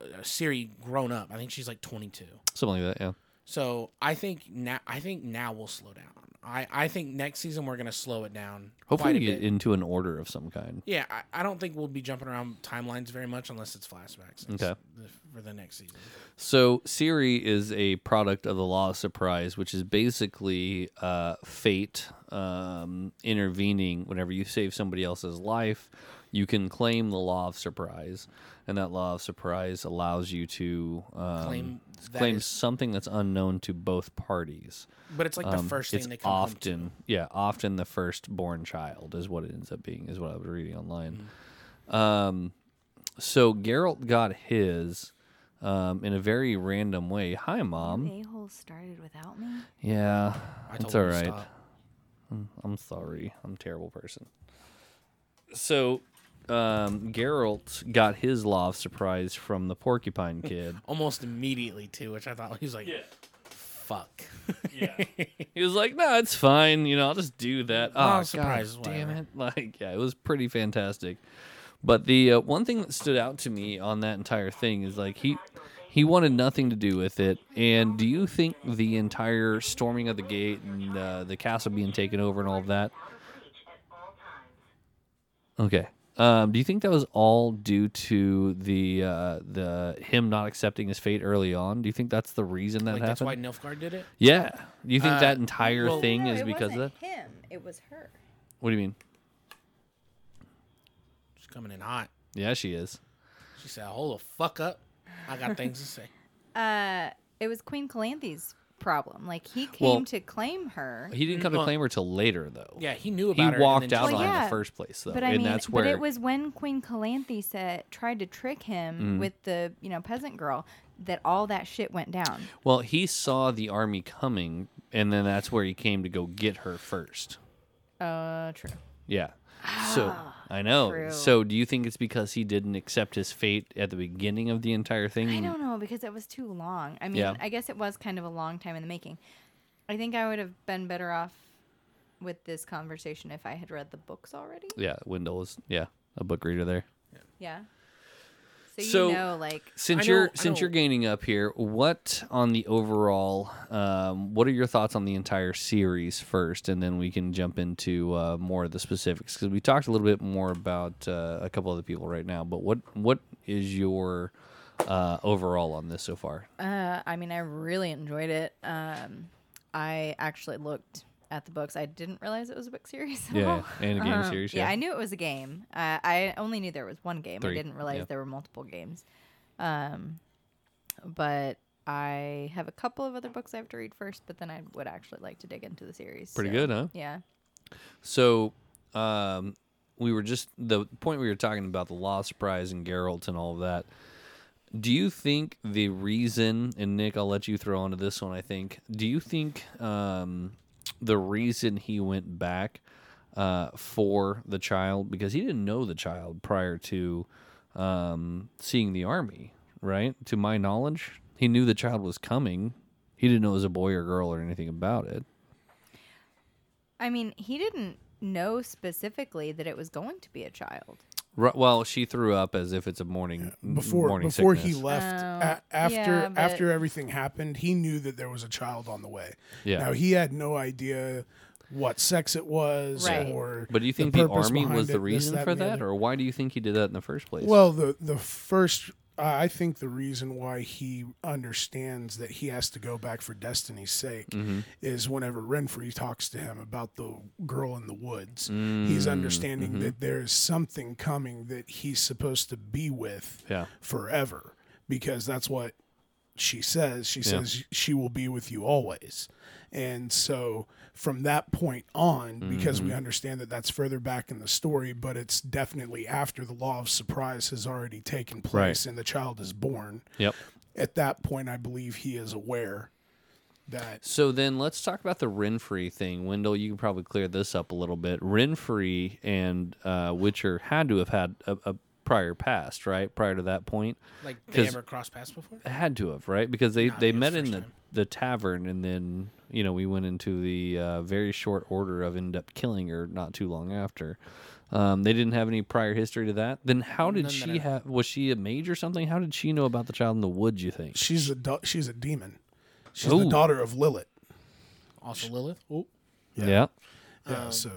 Speaker 3: uh, Siri grown up. I think she's like 22.
Speaker 1: something like that yeah
Speaker 3: So I think now I think now we'll slow down. I I think next season we're gonna slow it down.
Speaker 1: hopefully
Speaker 3: quite a
Speaker 1: we get
Speaker 3: bit.
Speaker 1: into an order of some kind
Speaker 3: Yeah, I, I don't think we'll be jumping around timelines very much unless it's flashbacks. next-
Speaker 1: Okay.
Speaker 3: the- For the next season.
Speaker 1: so siri is a product of the law of surprise which is basically uh, fate um, intervening whenever you save somebody else's life you can claim the law of surprise and that law of surprise allows you to um,
Speaker 3: Claim that
Speaker 1: claim
Speaker 3: is-
Speaker 1: something that's unknown to both parties
Speaker 3: But it's like the
Speaker 1: Um,
Speaker 3: first thing
Speaker 1: it's
Speaker 3: they come home to.
Speaker 1: often yeah often the firstborn child is what it ends up being is what i was reading online
Speaker 3: Mm.
Speaker 1: um, so Geralt got his um, in a very random way. Hi, mom.
Speaker 4: a hole started without me.
Speaker 1: Yeah,
Speaker 3: I told
Speaker 1: it's
Speaker 3: them
Speaker 1: all
Speaker 3: to
Speaker 1: right.
Speaker 3: stop.
Speaker 1: I'm sorry. I'm a terrible person. So, um, Geralt got his law of surprise from the porcupine kid.
Speaker 3: almost immediately too, which I thought he was like, "Fuck."
Speaker 1: he was like, "No, it's fine. You know, I'll just do that."
Speaker 3: Law
Speaker 1: Oh,
Speaker 3: of
Speaker 1: God
Speaker 3: surprise is
Speaker 1: damn
Speaker 3: whatever.
Speaker 1: it! Like, yeah, it was pretty fantastic. But the uh, one thing that stood out to me on that entire thing is like he he wanted nothing to do with it. And do you think the entire storming of the gate and uh, the castle being taken over and all of that? Okay. Um, do you think that was all due to the uh, the him not accepting his fate early on? Do you think that's the reason that
Speaker 3: like that's
Speaker 1: happened?
Speaker 3: why Nilfgaard did it.
Speaker 1: Yeah. Do you think
Speaker 3: Uh,
Speaker 1: that entire
Speaker 3: well-
Speaker 1: thing
Speaker 4: no,
Speaker 1: is
Speaker 4: it
Speaker 1: because of
Speaker 4: wasn't
Speaker 1: that?
Speaker 4: him. It was her.
Speaker 1: What do you mean?
Speaker 3: She's coming in hot.
Speaker 1: Yeah, she is.
Speaker 3: She said, "Hold the fuck up, I got things to say."
Speaker 4: Uh, it was Queen Calanthes' problem. Like he came
Speaker 1: Well-
Speaker 4: to claim her.
Speaker 1: He didn't come to
Speaker 3: Well-
Speaker 1: claim her till later, though.
Speaker 3: Yeah, he knew
Speaker 1: He
Speaker 3: about her.
Speaker 1: walked out
Speaker 4: just-
Speaker 1: on
Speaker 4: Well,
Speaker 1: her in
Speaker 4: yeah,
Speaker 1: the first place, though,
Speaker 4: But I
Speaker 1: and
Speaker 4: mean,
Speaker 1: that's where
Speaker 4: but it was when Queen Calanthe said tried to trick
Speaker 1: Mm.
Speaker 4: him with the you know peasant girl that all that shit went down.
Speaker 1: well he saw the army coming, and then that's where he came to go get her first.
Speaker 4: Uh, true.
Speaker 1: Yeah. So I know.
Speaker 4: Ah, true.
Speaker 1: So do you think it's because he didn't accept his fate at the beginning of the entire thing?
Speaker 4: I don't know because it was too long. I mean,
Speaker 1: Mm. Yeah.
Speaker 4: I guess it was kind of a long time in the making. I think I would have been better off with this conversation if I had read the books already.
Speaker 1: Yeah, Wendell is yeah a book reader there.
Speaker 4: Yeah. So you
Speaker 1: So-
Speaker 4: know, like
Speaker 1: Since
Speaker 3: I
Speaker 1: you're
Speaker 3: know- I
Speaker 1: since
Speaker 3: know-
Speaker 1: you're gaining up here, what on the overall? Um, what are your thoughts on the entire series first, and then we can jump into uh, more of the specifics because we talked a little bit more about uh, a couple other people right now. But what what is your uh, overall on this so far?
Speaker 3: Uh-huh.
Speaker 4: Uh, I mean, I really enjoyed it. Um, I actually looked at the books. I didn't realize it was a book series. at
Speaker 1: Yeah,
Speaker 4: all.
Speaker 1: and a game
Speaker 3: Uh-huh.
Speaker 4: Um,
Speaker 1: series,
Speaker 4: Yeah.
Speaker 1: yeah.
Speaker 4: I knew it was a game. Uh, I only knew there was one game.
Speaker 1: Three,
Speaker 4: I didn't realize
Speaker 1: yeah.
Speaker 4: there were multiple games. Um, but I have a couple of other books I have to read first. But then I would actually like to dig into the series.
Speaker 1: Pretty
Speaker 4: so,
Speaker 1: good, huh?
Speaker 4: Yeah.
Speaker 1: So, um, we were just the point we were talking about the Lost Prize and Geralt and all of that. Do you think the reason, and Nick, I'll let you throw onto this one, I think, do you think um, the reason he went back uh, for the child, because he didn't know the child prior to um, seeing the army, right? To my knowledge, he knew the child was coming. He didn't know it was a boy or girl or anything about it.
Speaker 4: I mean, he didn't know specifically that it was going to be a child.
Speaker 1: Ru- Well, she threw up as if it's a morning
Speaker 2: before
Speaker 1: morning
Speaker 2: before
Speaker 1: sickness.
Speaker 2: he left
Speaker 4: Oh,
Speaker 2: a- after
Speaker 4: yeah, but-
Speaker 2: after everything happened he knew that there was a child on the way
Speaker 1: Yeah.
Speaker 2: now he had no idea what sex it was
Speaker 4: Right.
Speaker 2: or
Speaker 1: But do you think the,
Speaker 2: purpose
Speaker 1: army
Speaker 2: behind
Speaker 1: was
Speaker 2: it,
Speaker 1: the
Speaker 2: this,
Speaker 1: reason for
Speaker 2: and the
Speaker 1: that,
Speaker 2: other.
Speaker 1: or why do you think he did that in the first place?
Speaker 2: well the the first i I think the reason why he understands that he has to go back for destiny's sake is whenever renfrey talks to him about the girl in the woods he's understanding that there's something coming that he's supposed to be with
Speaker 1: yeah,
Speaker 2: forever because that's what she says. She says she will be with you always. And so from that point on, because we understand that that's further back in the story, but it's definitely after the law of surprise has already taken place and the child is born.
Speaker 1: yep.
Speaker 2: At that point, I believe he is aware that
Speaker 1: So then let's talk about the Renfrey thing. Wendell, you can probably clear this up a little bit. Renfrey and uh, Witcher had to have had a, a prior past, right? Prior to that point,
Speaker 3: Like they
Speaker 1: 'Cause-
Speaker 3: ever crossed paths before?
Speaker 1: had to have, right? Because they, they
Speaker 3: it was
Speaker 1: met
Speaker 3: first
Speaker 1: in the,
Speaker 3: time.
Speaker 1: the tavern, and then you know we went into the uh, very short order of end up killing her not too long after. Um, they didn't have any prior history to that. Then how did
Speaker 3: None that I
Speaker 1: she
Speaker 3: know.
Speaker 1: have? Was she a mage or something? How did she know about the child in the woods? You think?
Speaker 2: she's a da- she's a demon. She's
Speaker 1: Ooh.
Speaker 2: the daughter of Lilith.
Speaker 3: Also Lilith. Oh,
Speaker 1: Yeah.
Speaker 2: Yeah, Uh, so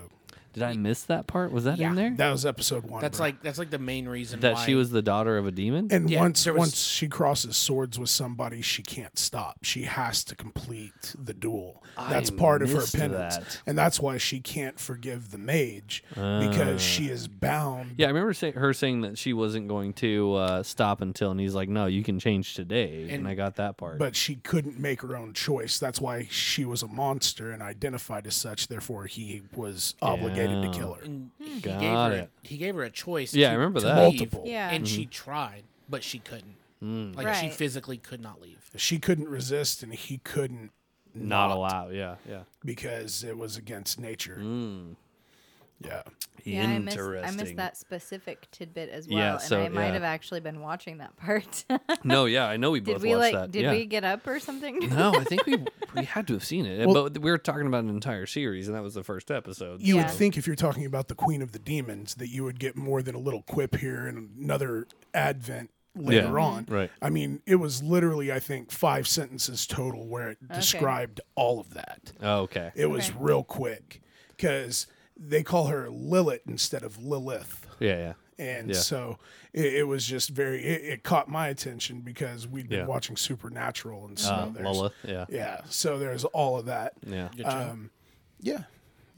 Speaker 1: Did I miss that part? Was that
Speaker 3: Yeah.
Speaker 1: in there?
Speaker 2: that was episode one.
Speaker 3: that's
Speaker 2: bro.
Speaker 3: like that's like the main reason
Speaker 1: That
Speaker 3: why
Speaker 1: she was the daughter of a demon?
Speaker 2: And
Speaker 3: Yeah,
Speaker 2: once
Speaker 3: there was-
Speaker 2: once she crosses swords with somebody, she can't stop. She has to complete the duel. That's
Speaker 1: I
Speaker 2: part of her
Speaker 1: missed
Speaker 2: penance,
Speaker 1: that.
Speaker 2: and that's why she can't forgive the mage because she is
Speaker 1: Ah.
Speaker 2: bound.
Speaker 1: yeah, I remember say, her saying that she wasn't going to uh, stop until, and he's like, "No, you can change today." And, I got that part.
Speaker 2: But she couldn't make her own choice. That's why she was a monster and identified as such. Therefore, he was
Speaker 1: Yeah.
Speaker 2: obligated to kill her.
Speaker 3: and he gave
Speaker 1: Got
Speaker 3: her
Speaker 1: it.
Speaker 3: A, he gave her a choice.
Speaker 1: Yeah,
Speaker 3: to,
Speaker 1: I remember
Speaker 3: to
Speaker 1: that. Mm-hmm.
Speaker 3: leave,
Speaker 2: Multiple.
Speaker 4: Yeah.
Speaker 3: and she tried, but she couldn't.
Speaker 1: Mm.
Speaker 3: Like she
Speaker 4: Right.
Speaker 3: physically could not leave.
Speaker 2: She couldn't resist, and he couldn't
Speaker 1: not allowed. Yeah, yeah.
Speaker 2: because it was against nature.
Speaker 1: Hmm.
Speaker 2: Yeah,
Speaker 4: Yeah, I missed, I missed that specific tidbit as well,
Speaker 1: Yeah, so,
Speaker 4: and I might
Speaker 1: yeah.
Speaker 4: have actually been watching that part.
Speaker 1: No, yeah, I know we both
Speaker 4: did we
Speaker 1: watched
Speaker 4: like?
Speaker 1: that.
Speaker 4: Did
Speaker 1: yeah.
Speaker 4: we get up or something?
Speaker 1: no, I think we we had to have seen it,
Speaker 2: Well-
Speaker 1: but we were talking about an entire series, and that was the first episode.
Speaker 2: You
Speaker 4: Yeah.
Speaker 2: would think if you're talking about the Queen of the Demons that you would get more than a little quip here and another advent later on.
Speaker 1: right.
Speaker 2: I mean, it was literally, I think, five sentences total where it described all of that.
Speaker 1: Oh, okay.
Speaker 2: It was
Speaker 4: Okay.
Speaker 2: real quick because they call her Lilith instead of Lilith.
Speaker 1: Yeah, yeah.
Speaker 2: And
Speaker 1: Yeah.
Speaker 2: so it, it was just very, it, it caught my attention because we'd been
Speaker 1: Yeah.
Speaker 2: watching Supernatural and so
Speaker 1: Uh,
Speaker 2: Oh, there's,
Speaker 1: Lola. Yeah,
Speaker 2: yeah, so there's all of that.
Speaker 1: yeah.
Speaker 3: Good job.
Speaker 2: Yeah,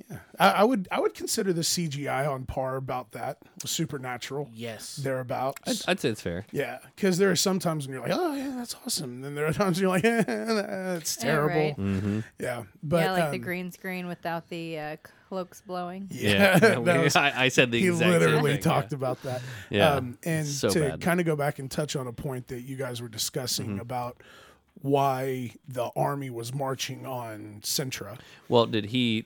Speaker 2: yeah. I, I would I would consider the CGI on par about that with supernatural
Speaker 3: yes.
Speaker 2: thereabouts.
Speaker 1: I'd say it's fair.
Speaker 2: yeah, because there are some times when you're like, oh yeah, that's awesome. And then there are times you're like, eh, that's
Speaker 4: Yeah,
Speaker 2: terrible.
Speaker 4: right.
Speaker 1: Mm-hmm.
Speaker 2: Yeah, but
Speaker 4: yeah, like the
Speaker 2: um,
Speaker 4: green screen without the uh, cloaks blowing.
Speaker 2: Yeah,
Speaker 1: Yeah, we-
Speaker 2: that was-
Speaker 1: I, I said the
Speaker 2: he
Speaker 1: exact
Speaker 2: literally
Speaker 1: same thing,
Speaker 2: talked about that. Um,
Speaker 1: Yeah,
Speaker 2: and
Speaker 1: so
Speaker 2: to
Speaker 1: bad. Mm-hmm.
Speaker 2: kind of go back and touch on a point that you guys were discussing about why the army was marching on Sintra.
Speaker 1: Yeah. Well, did he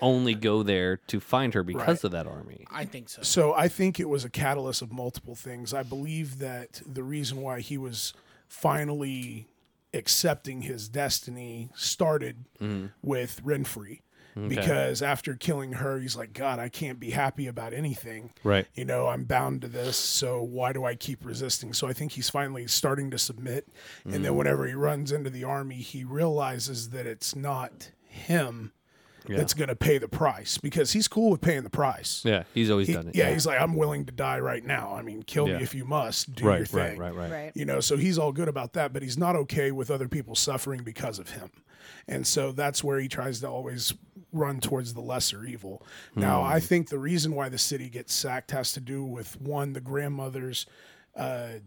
Speaker 1: only go there to find her because
Speaker 2: Right.
Speaker 1: of that army?
Speaker 3: I think so.
Speaker 2: So I think it was a catalyst of multiple things. I believe that the reason why he was finally accepting his destiny started with Renfrey. Because after killing her, he's like, God, I can't be happy about anything.
Speaker 1: Right.
Speaker 2: You know, I'm bound to this. So why do I keep resisting? So I think he's finally starting to submit. And then whenever he runs into the army, he realizes that it's not him that's going to pay the price because he's cool with paying the price.
Speaker 1: Yeah, he's always
Speaker 2: He-
Speaker 1: done it.
Speaker 2: yeah, he's like, I'm willing to die right now. I mean, kill
Speaker 1: Yeah.
Speaker 2: me if you must. Do your
Speaker 1: right,
Speaker 2: thing.
Speaker 1: right, right, right,
Speaker 4: Right.
Speaker 2: You know, so he's all good about that, but he's not okay with other people suffering because of him. And so that's where he tries to always run towards the lesser evil.
Speaker 1: Hmm.
Speaker 2: Now, I think the reason why the city gets sacked has to do with one, the grandmother's uh,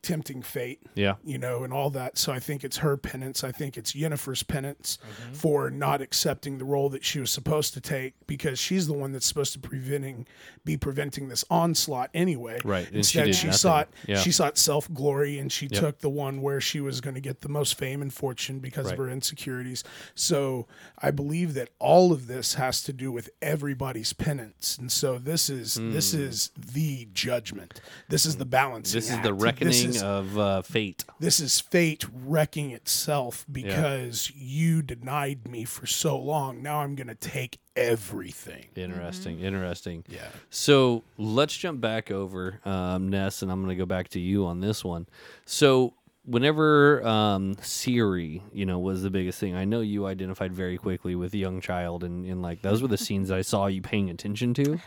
Speaker 2: tempting fate
Speaker 1: Yeah.
Speaker 2: you know, and all that. So I think it's her penance. I think it's Yennefer's penance
Speaker 1: Mm-hmm.
Speaker 2: for not accepting the role that she was supposed to take because she's the one that's supposed to preventing be preventing this onslaught anyway.
Speaker 1: Right, and she
Speaker 2: Instead,
Speaker 1: did
Speaker 2: she,
Speaker 1: nothing.
Speaker 2: sought
Speaker 1: Yeah.
Speaker 2: she sought self glory and she took the one where she was going to get the most fame and fortune because
Speaker 1: Right.
Speaker 2: of her insecurities. So I believe that all of this has to do with everybody's penance, and so this is this is the judgment. This is the balance.
Speaker 1: Hmm. This is the reckoning of uh, fate.
Speaker 2: this is fate wrecking itself because you denied me for so long. Now I'm going to take everything.
Speaker 4: Mm-hmm.
Speaker 1: Interesting. Interesting.
Speaker 2: Yeah.
Speaker 1: So let's jump back over, um, Ness, and I'm going to go back to you on this one. So whenever um, Siri, you know, was the biggest thing, I know you identified very quickly with young child, and, and like those were the scenes I saw you paying attention to.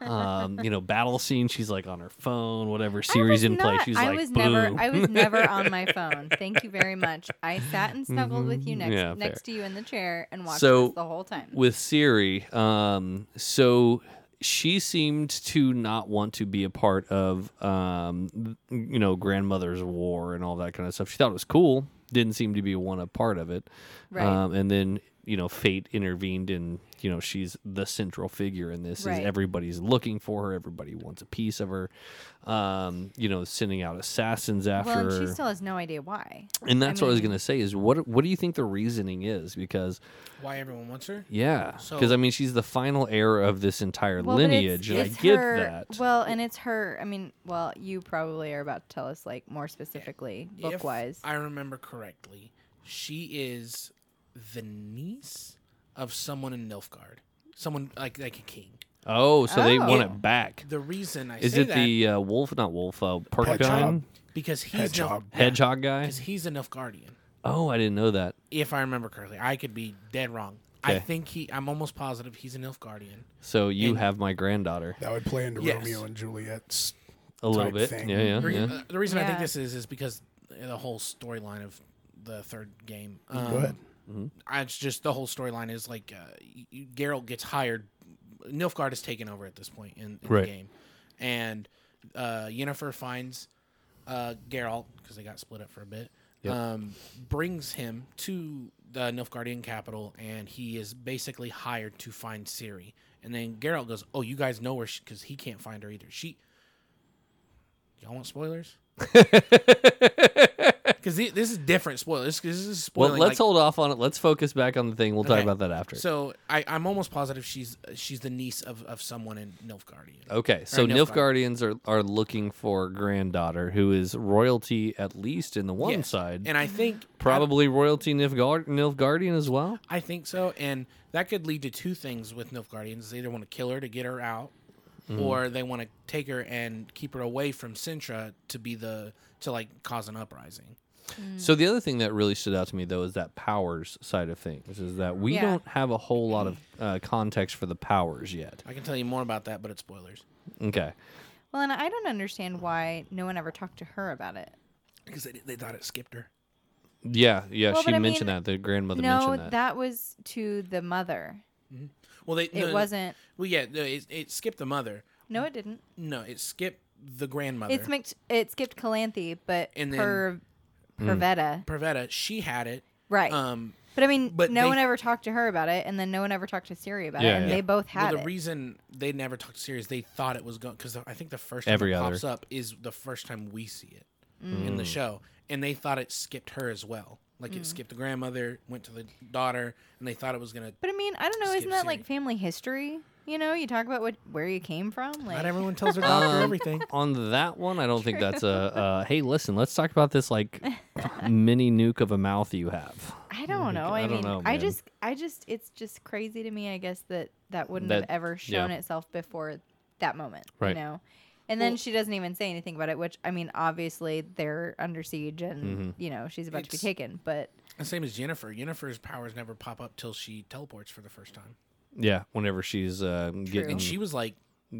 Speaker 1: Um, you know, battle scene. She's like on her phone, whatever.
Speaker 4: I was
Speaker 1: Siri's in play.
Speaker 4: not-
Speaker 1: She's
Speaker 4: I
Speaker 1: like,
Speaker 4: was
Speaker 1: boom.
Speaker 4: never I was never on my phone. Thank you very much. I sat and snuggled with you next
Speaker 1: Mm-hmm. Yeah,
Speaker 4: next to you in the chair and watched
Speaker 1: So,
Speaker 4: this the whole time.
Speaker 1: with Siri, um, so she seemed to not want to be a part of, um, you know, grandmother's war and all that kind of stuff. She thought it was cool, didn't seem to be one a part of it.
Speaker 4: Right.
Speaker 1: Um, and then you know, fate intervened, and you know, she's the central figure in this.
Speaker 4: Right.
Speaker 1: Is everybody's looking for her? Everybody wants a piece of her. Um, you know, sending out assassins after
Speaker 4: well, and
Speaker 1: her.
Speaker 4: she still has no idea why.
Speaker 1: and that's what I was
Speaker 4: mean-
Speaker 1: gonna say is what what do you think the reasoning is? Because
Speaker 3: Why everyone wants her?
Speaker 1: yeah, because
Speaker 3: So-
Speaker 1: I mean, she's the final heir of this entire
Speaker 4: Well, but it's-
Speaker 1: lineage, and I
Speaker 4: it's
Speaker 1: get
Speaker 4: her-
Speaker 1: that.
Speaker 4: Well, and it's her. I mean, well, you probably are about to tell us like more specifically book
Speaker 3: If
Speaker 4: wise.
Speaker 3: I remember correctly, she is the niece of someone in Nilfgaard. Someone like like a king.
Speaker 1: oh, so they want
Speaker 4: Oh.
Speaker 1: it back.
Speaker 3: The reason I
Speaker 1: Is
Speaker 3: say
Speaker 1: it
Speaker 3: that
Speaker 1: the uh, wolf? Not wolf. Uh, pork
Speaker 2: Hedgehog.
Speaker 1: guy,
Speaker 3: because he's
Speaker 2: Hedgehog.
Speaker 3: Nilf-
Speaker 1: hedgehog guy.
Speaker 3: because he's a Nilfgaardian.
Speaker 1: Oh, I didn't know that.
Speaker 3: If I remember correctly, I could be dead wrong. I
Speaker 1: Okay.
Speaker 3: think he. I'm almost positive he's an Nilfgaardian.
Speaker 1: So you have my granddaughter
Speaker 2: That would play into
Speaker 3: Yes.
Speaker 2: Romeo and Juliet's.
Speaker 1: a little
Speaker 2: Type
Speaker 1: bit.
Speaker 2: thing.
Speaker 1: Yeah,
Speaker 3: The
Speaker 1: yeah,
Speaker 3: re-
Speaker 1: yeah.
Speaker 3: uh, the reason I think
Speaker 4: Yeah.
Speaker 3: this is is because the whole storyline of the third game. Um,
Speaker 2: Go ahead.
Speaker 1: Mm-hmm.
Speaker 3: I, it's just the whole storyline is like uh, y- y- Geralt gets hired. Nilfgaard is taken over at this point in, in
Speaker 1: Right.
Speaker 3: the game, and uh, Yennefer finds uh, Geralt because they got split up for a bit. Um, brings him to the Nilfgaardian capital, and he is basically hired to find Ciri. And then Geralt goes, "Oh, you guys know where?" Because he can't find her either. She. Y'all want spoilers? Because this is different spoilers. This is
Speaker 1: Well,
Speaker 3: spoiling.
Speaker 1: let's
Speaker 3: like-
Speaker 1: hold off on it. Let's focus back on the thing. We'll talk
Speaker 3: Okay.
Speaker 1: about that after.
Speaker 3: So I, I'm almost positive she's she's the niece of, of someone in Nilfgaardian.
Speaker 1: Okay, so
Speaker 3: Nilfgaard.
Speaker 1: Nilfgaardians are, are looking for granddaughter who is royalty at least in the one
Speaker 3: Yes.
Speaker 1: side,
Speaker 3: And I think
Speaker 1: probably royalty Nilfgaard, Nilfgaardian as well.
Speaker 3: I think so, and that could lead to two things with Nilfgaardians: they either want to kill her to get her out, or they want to take her and keep her away from Sintra to be the to like cause an uprising.
Speaker 1: So
Speaker 4: Mm.
Speaker 1: the other thing that really stood out to me though is that powers side of things is that we
Speaker 4: Yeah.
Speaker 1: don't have a whole lot of uh, context for the powers yet.
Speaker 3: I can tell you more about that, but it's spoilers
Speaker 1: Okay,
Speaker 4: well, and I don't understand why no one ever talked to her about it.
Speaker 3: because they, they thought it skipped her.
Speaker 1: yeah, yeah,
Speaker 4: Well,
Speaker 1: she
Speaker 4: but I
Speaker 1: mentioned
Speaker 4: mean,
Speaker 1: that the grandmother
Speaker 4: no,
Speaker 1: mentioned that.
Speaker 4: was to the mother.
Speaker 3: Well, they
Speaker 4: It
Speaker 3: no,
Speaker 4: wasn't.
Speaker 3: Well, yeah, no, it, it skipped the mother.
Speaker 4: No, it didn't.
Speaker 3: No, it skipped the grandmother.
Speaker 4: It's mixed, it skipped Calanthe, but
Speaker 3: And then-
Speaker 4: per
Speaker 1: Hmm.
Speaker 4: Pervetta,
Speaker 3: Pravetta. She had it.
Speaker 4: right?
Speaker 3: Um,
Speaker 4: but I mean,
Speaker 3: but
Speaker 4: no
Speaker 3: they-
Speaker 4: one ever talked to her about it, and then no one ever talked to Siri about
Speaker 1: Yeah,
Speaker 4: it, and
Speaker 1: yeah.
Speaker 4: they both
Speaker 3: Well,
Speaker 4: had
Speaker 3: the
Speaker 4: it.
Speaker 3: reason they never talked to Siri is they thought it was going because I think the first time
Speaker 1: Every
Speaker 3: it
Speaker 1: other. Mm.
Speaker 3: pops up is the first time we see it in the show, and they thought it skipped her as well. Like
Speaker 4: Mm.
Speaker 3: it skipped the grandmother, went to the daughter, and they thought it was gonna.
Speaker 4: but I mean, I don't know.
Speaker 3: Skip
Speaker 4: Isn't that
Speaker 3: Siri.
Speaker 4: like family history? You know, you talk about what where you came from. Like,
Speaker 3: Not everyone tells their daughter
Speaker 1: Um,
Speaker 3: everything.
Speaker 1: On that one, I don't think that's a. Uh, hey, listen, let's talk about this like mini nuke of a mouth you have.
Speaker 4: I don't know.
Speaker 1: I
Speaker 4: I,
Speaker 1: don't
Speaker 4: mean,
Speaker 1: know,
Speaker 4: I
Speaker 1: man.
Speaker 4: just, I just, it's just crazy to me. I guess that that wouldn't have
Speaker 1: That-
Speaker 4: ever shown
Speaker 1: yeah.
Speaker 4: itself before that moment.
Speaker 1: Right.
Speaker 4: You know, and then she doesn't even say anything about it. Which I mean, obviously they're under siege, and
Speaker 1: Mm-hmm.
Speaker 4: you know she's about to be
Speaker 3: It's-
Speaker 4: taken. But
Speaker 3: The same as Jennifer. Jennifer's powers never pop up till she teleports for the first time,
Speaker 1: Yeah, whenever she's uh, getting
Speaker 3: and she was like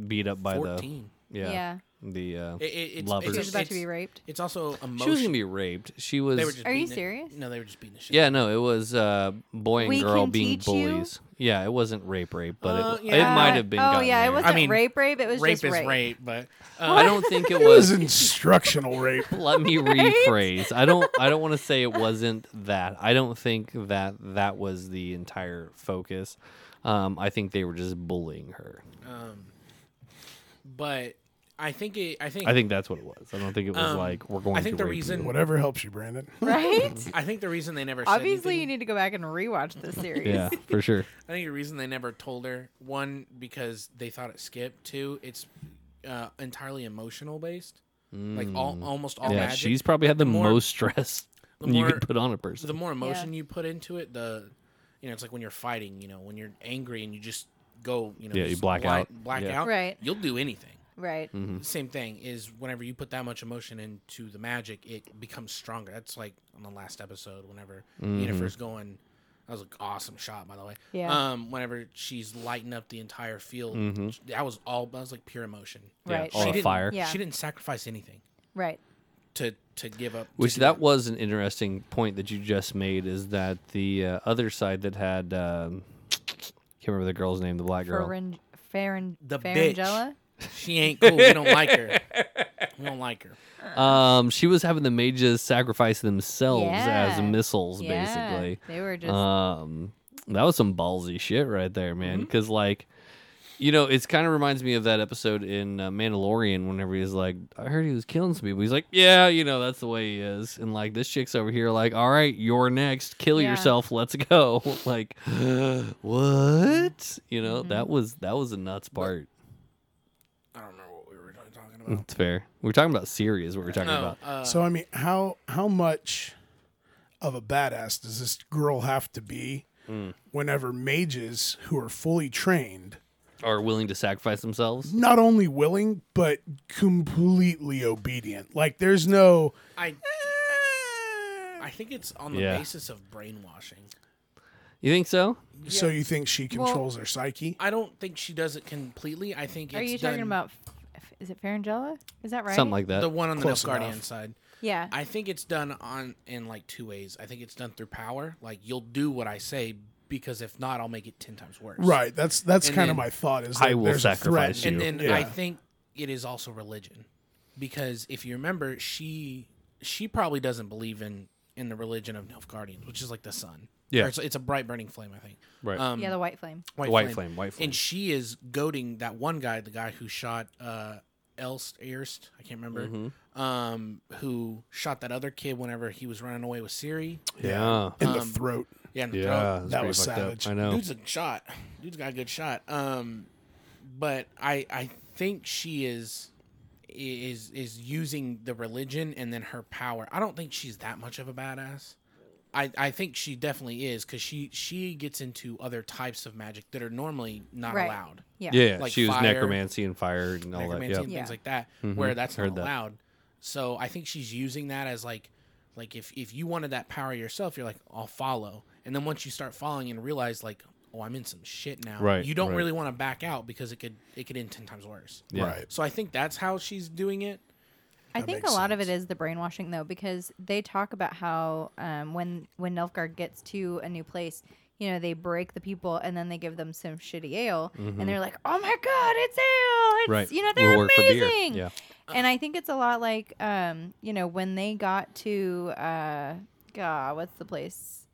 Speaker 1: beat up by the
Speaker 3: fourteen.
Speaker 1: Yeah.
Speaker 4: Yeah.
Speaker 1: The uh,
Speaker 3: It, it, it's,
Speaker 1: Lovers.
Speaker 3: It's,
Speaker 4: She was about to
Speaker 3: it's-
Speaker 4: be raped.
Speaker 3: It's also emotional.
Speaker 1: she was gonna be raped. She was.
Speaker 3: They were just
Speaker 4: Are you
Speaker 3: beating the-
Speaker 4: serious?
Speaker 3: No, they were just beating the shit.
Speaker 1: yeah, no, it was uh, boy and
Speaker 4: We
Speaker 1: girl
Speaker 4: can
Speaker 1: being
Speaker 4: teach you?
Speaker 1: bullies. Yeah, it wasn't rape, rape, but
Speaker 3: Uh,
Speaker 1: it,
Speaker 3: yeah.
Speaker 1: it might have been.
Speaker 4: Oh
Speaker 1: gotten
Speaker 4: yeah,
Speaker 1: there.
Speaker 4: it wasn't
Speaker 3: mean,
Speaker 4: rape, rape. It was
Speaker 3: rape
Speaker 4: just
Speaker 3: is
Speaker 4: rape.
Speaker 3: rape, but
Speaker 1: I
Speaker 3: uh,
Speaker 1: don't think it
Speaker 2: It
Speaker 1: was.
Speaker 2: was instructional rape.
Speaker 1: Let me rephrase. I don't. I don't want to say it wasn't that. I don't think that that was the entire focus. Um, I think they were just bullying her.
Speaker 3: um, but I think it. I think.
Speaker 1: I think that's what it was. I don't think it was
Speaker 3: Um,
Speaker 1: like we're going.
Speaker 3: I think
Speaker 1: to
Speaker 3: the
Speaker 1: rape you.
Speaker 3: reason-
Speaker 2: Whatever helps you, Brandon.
Speaker 4: Right?
Speaker 3: I think the reason they never said
Speaker 4: Obviously, you
Speaker 3: anything-
Speaker 4: need to go back and rewatch this series.
Speaker 1: Yeah, for sure.
Speaker 3: I think the reason they never told her one because they thought it skipped. Two, it's uh, entirely emotional based. Like all, almost all
Speaker 1: Mm. yeah,
Speaker 3: magic.
Speaker 1: she's probably had the,
Speaker 3: The more-
Speaker 1: most stress
Speaker 3: the
Speaker 1: you
Speaker 3: more-
Speaker 1: could put on a person.
Speaker 3: the more emotion you put into it, the you know it's like when you're fighting. You know when you're angry and you just go. You know
Speaker 1: Yeah, you
Speaker 3: just
Speaker 1: black
Speaker 3: blind-
Speaker 1: out.
Speaker 3: Black
Speaker 1: Yeah.
Speaker 3: out.
Speaker 4: Right.
Speaker 3: You'll do anything.
Speaker 4: Right.
Speaker 1: Mm-hmm.
Speaker 3: Same thing is whenever you put that much emotion into the magic, it becomes stronger. That's like on the last episode, whenever
Speaker 1: Mm-hmm.
Speaker 3: Yennefer's going, that was an awesome shot, by the way.
Speaker 4: Yeah.
Speaker 3: Um, whenever she's lighting up the entire field, that was all that was like pure emotion.
Speaker 1: yeah,
Speaker 4: Right.
Speaker 1: Mm-hmm. all
Speaker 4: She
Speaker 1: on
Speaker 3: didn't,
Speaker 1: fire.
Speaker 4: Yeah.
Speaker 3: She didn't sacrifice anything
Speaker 4: Right.
Speaker 3: to to give up. to
Speaker 1: Which
Speaker 3: do
Speaker 1: that was an interesting point that you just made is that the uh, other side that had um, can't remember the girl's name, the black girl.
Speaker 4: Pharyn- pharyn-
Speaker 3: The bitch.
Speaker 4: pharyngeula.
Speaker 3: She ain't cool. We don't like her. We don't like her.
Speaker 1: Um, she was having the mages sacrifice themselves as
Speaker 4: Yeah.
Speaker 1: missiles,
Speaker 4: Yeah,
Speaker 1: basically.
Speaker 4: They were just
Speaker 1: Um, that was some ballsy shit right there, man.
Speaker 4: Mm-hmm.
Speaker 1: Because like, you know, it's kind of reminds me of that episode in uh, Mandalorian whenever he's like, "I heard he was killing some people." He's like, "Yeah, you know, that's the way he is." And like, this chick's over here, like, "All right, you're next. Kill
Speaker 4: Yeah.
Speaker 1: yourself. Let's go." like, what? You know,
Speaker 4: Mm-hmm.
Speaker 1: that was that was a nuts part.
Speaker 3: I don't remember what we were talking about.
Speaker 1: It's fair. We're talking about Siri, is what we're talking
Speaker 3: No,
Speaker 1: Mm-hmm. about.
Speaker 3: uh,
Speaker 2: So I mean, how how much of a badass does this girl have to be whenever mages who are fully trained
Speaker 1: Are willing to sacrifice themselves?
Speaker 2: not only willing but completely obedient? Like there's no
Speaker 3: I I think it's on the
Speaker 1: Yeah.
Speaker 3: basis of brainwashing.
Speaker 1: You think so?
Speaker 2: so you think she controls her psyche?
Speaker 3: I don't think she does it completely. I think
Speaker 4: Are
Speaker 3: it's
Speaker 4: you talking
Speaker 3: done-
Speaker 4: about? f- Is it pharyngeula? Is that right?
Speaker 1: Something like that.
Speaker 3: the one on the
Speaker 2: Close
Speaker 3: Guardian
Speaker 2: enough.
Speaker 3: side?
Speaker 4: Yeah.
Speaker 3: I think it's done on in like two ways. I think it's done through power. Like you'll do what I say because if not, I'll make it ten times worse.
Speaker 2: Right. That's that's
Speaker 3: And
Speaker 2: kind
Speaker 3: then
Speaker 2: of my thought. Is
Speaker 1: I
Speaker 2: that
Speaker 1: will
Speaker 2: there's a threat.
Speaker 1: sacrifice
Speaker 3: And
Speaker 1: you.
Speaker 3: then
Speaker 2: Yeah.
Speaker 3: I think it is also religion, because if you remember, she she probably doesn't believe in in the religion of Guardians, which is like the sun.
Speaker 1: Yeah.
Speaker 3: Or it's, it's a bright burning flame. I think.
Speaker 1: Right.
Speaker 3: Um,
Speaker 4: yeah, the white flame.
Speaker 3: white,
Speaker 1: uh, White Flame, White Flame.
Speaker 3: And she is goading that one guy, the guy who shot uh Elst Erst, I can't remember,
Speaker 1: Mm-hmm.
Speaker 3: um, who shot that other kid whenever he was running away with Siri.
Speaker 1: yeah.
Speaker 2: in
Speaker 3: Um,
Speaker 2: the throat.
Speaker 3: Yeah, in the
Speaker 1: Yeah,
Speaker 3: throat.
Speaker 1: that's
Speaker 2: That
Speaker 1: pretty
Speaker 2: was
Speaker 1: fucked up.
Speaker 2: savage.
Speaker 1: I know.
Speaker 3: Dude's a shot. Dude's got a good shot. Um, but I I think she is is is using the religion and then her power. I don't think she's that much of a badass. I, I think she definitely is because she she gets into other types of magic that are normally not
Speaker 4: Right.
Speaker 3: allowed.
Speaker 4: Yeah.
Speaker 1: yeah,
Speaker 3: like
Speaker 1: she was
Speaker 3: fire-
Speaker 1: necromancy and fire and all that. Yeah.
Speaker 3: necromancy
Speaker 1: Mm-hmm.
Speaker 3: and things
Speaker 4: Yeah.
Speaker 3: like that, where that's
Speaker 1: Heard
Speaker 3: not
Speaker 1: that.
Speaker 3: allowed. So I think she's using that as like, like if if you wanted that power yourself, you're like, I'll follow. And then once you start following and realize like, oh, I'm in some shit now.
Speaker 1: Right,
Speaker 3: You don't
Speaker 1: right.
Speaker 3: really want to back out because it could it could end ten times worse.
Speaker 1: Yeah.
Speaker 2: Right.
Speaker 3: So I think that's how she's doing it.
Speaker 4: I think a
Speaker 2: makes
Speaker 4: lot of it
Speaker 2: sense.
Speaker 4: is the brainwashing though, because they talk about how um, when when Nilfgaard gets to a new place, you know, they break the people and then they give them some shitty ale, and they're like, "Oh my god, it's ale! It's
Speaker 1: Mm-hmm. Right.
Speaker 4: you know,
Speaker 1: We'll
Speaker 4: they're
Speaker 1: work for beer."
Speaker 4: amazing."
Speaker 1: Yeah.
Speaker 4: And I think it's a lot like, um, you know, when they got to, uh, God, what's the place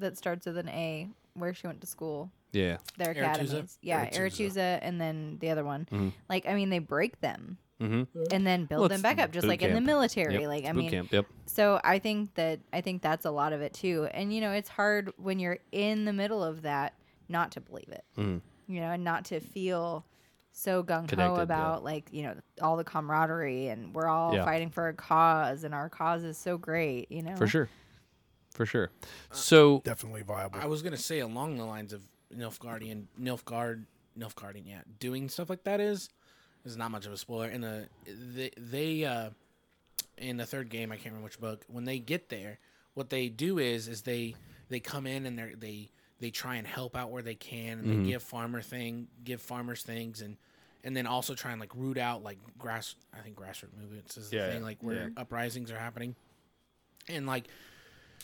Speaker 4: that starts with an A where she went to school?
Speaker 1: Yeah.
Speaker 4: Their
Speaker 3: Aretuza?
Speaker 4: academies, yeah,
Speaker 3: Aretuza.
Speaker 4: Aretuza, and then the other one. Like, I mean, they break them and then build
Speaker 1: Mm-hmm. Well,
Speaker 4: them
Speaker 1: it's
Speaker 4: back up, just
Speaker 1: boot
Speaker 4: like in the
Speaker 1: camp.
Speaker 4: military.
Speaker 1: Yep.
Speaker 4: Like, I
Speaker 1: Mm-hmm. Boot
Speaker 4: mean,
Speaker 1: camp. Yep.
Speaker 4: so I think that I think that's a lot of it too. And you know, it's hard when you're in the middle of that not to believe it. You know, and not to feel so gung
Speaker 1: Mm. Connected,
Speaker 4: ho
Speaker 1: yeah.
Speaker 4: about like you know all the camaraderie and we're all
Speaker 1: Yeah.
Speaker 4: fighting for a cause and our cause is so great. You know,
Speaker 1: For sure. For sure.
Speaker 2: Uh,
Speaker 1: So
Speaker 2: Definitely viable.
Speaker 3: I was gonna say along the lines of Nilfgaardian, Nilfgaard, Nilfgaardian, yeah, doing stuff like that is this is not much of a spoiler. In the they, they uh, in the third game, I can't remember which book. When they get there, what they do is is they they come in and they
Speaker 1: Mm-hmm.
Speaker 3: they they try and help out where they can, and they give farmer thing, give farmers things, and and then also try and like root out like grass. I think grassroots movements is the
Speaker 1: Yeah,
Speaker 3: thing,
Speaker 1: yeah,
Speaker 3: like where
Speaker 1: yeah.
Speaker 3: uprisings are happening. And like,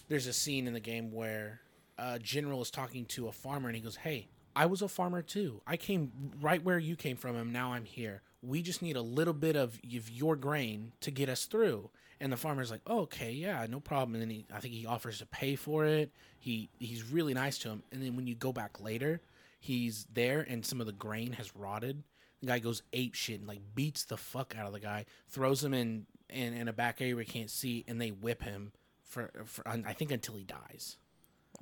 Speaker 3: there's a scene in the game where a general is talking to a farmer, and he goes, "Hey, I was a farmer too. I came right where you came from, and now I'm here. We just need a little bit of, of your grain to get us through." And the farmer's like, oh, "Okay, yeah, no problem." And then he, I think he offers to pay for it. He he's really nice to him. And then when you go back later, he's there, and some of the grain has rotted. The guy goes ape shit and like beats the fuck out of the guy, throws him in in, in a back area where he can't see, and they whip him for, for I think until he dies.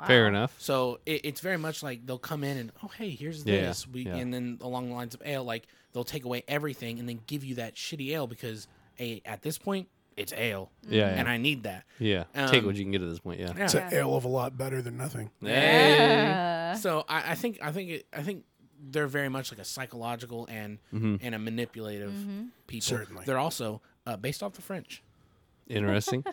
Speaker 1: Fair enough.
Speaker 3: So it, it's very much like they'll come in and oh hey here's
Speaker 1: Yeah,
Speaker 3: this we,
Speaker 1: yeah.
Speaker 3: and then along the lines of ale like they'll take away everything and then give you that shitty ale because a at this point it's ale
Speaker 1: Yeah, yeah.
Speaker 3: and I need that
Speaker 1: yeah. Take
Speaker 3: Um,
Speaker 1: what you can get at this point. Yeah.
Speaker 2: It's
Speaker 3: yeah.
Speaker 2: a hell of a lot better than nothing.
Speaker 4: Yeah.
Speaker 3: So I, I think I think it, I think they're very much like a psychological and
Speaker 1: Mm-hmm.
Speaker 3: and a manipulative
Speaker 4: Mm-hmm.
Speaker 3: people.
Speaker 2: Certainly.
Speaker 3: they're also uh, based off the French.
Speaker 1: Interesting.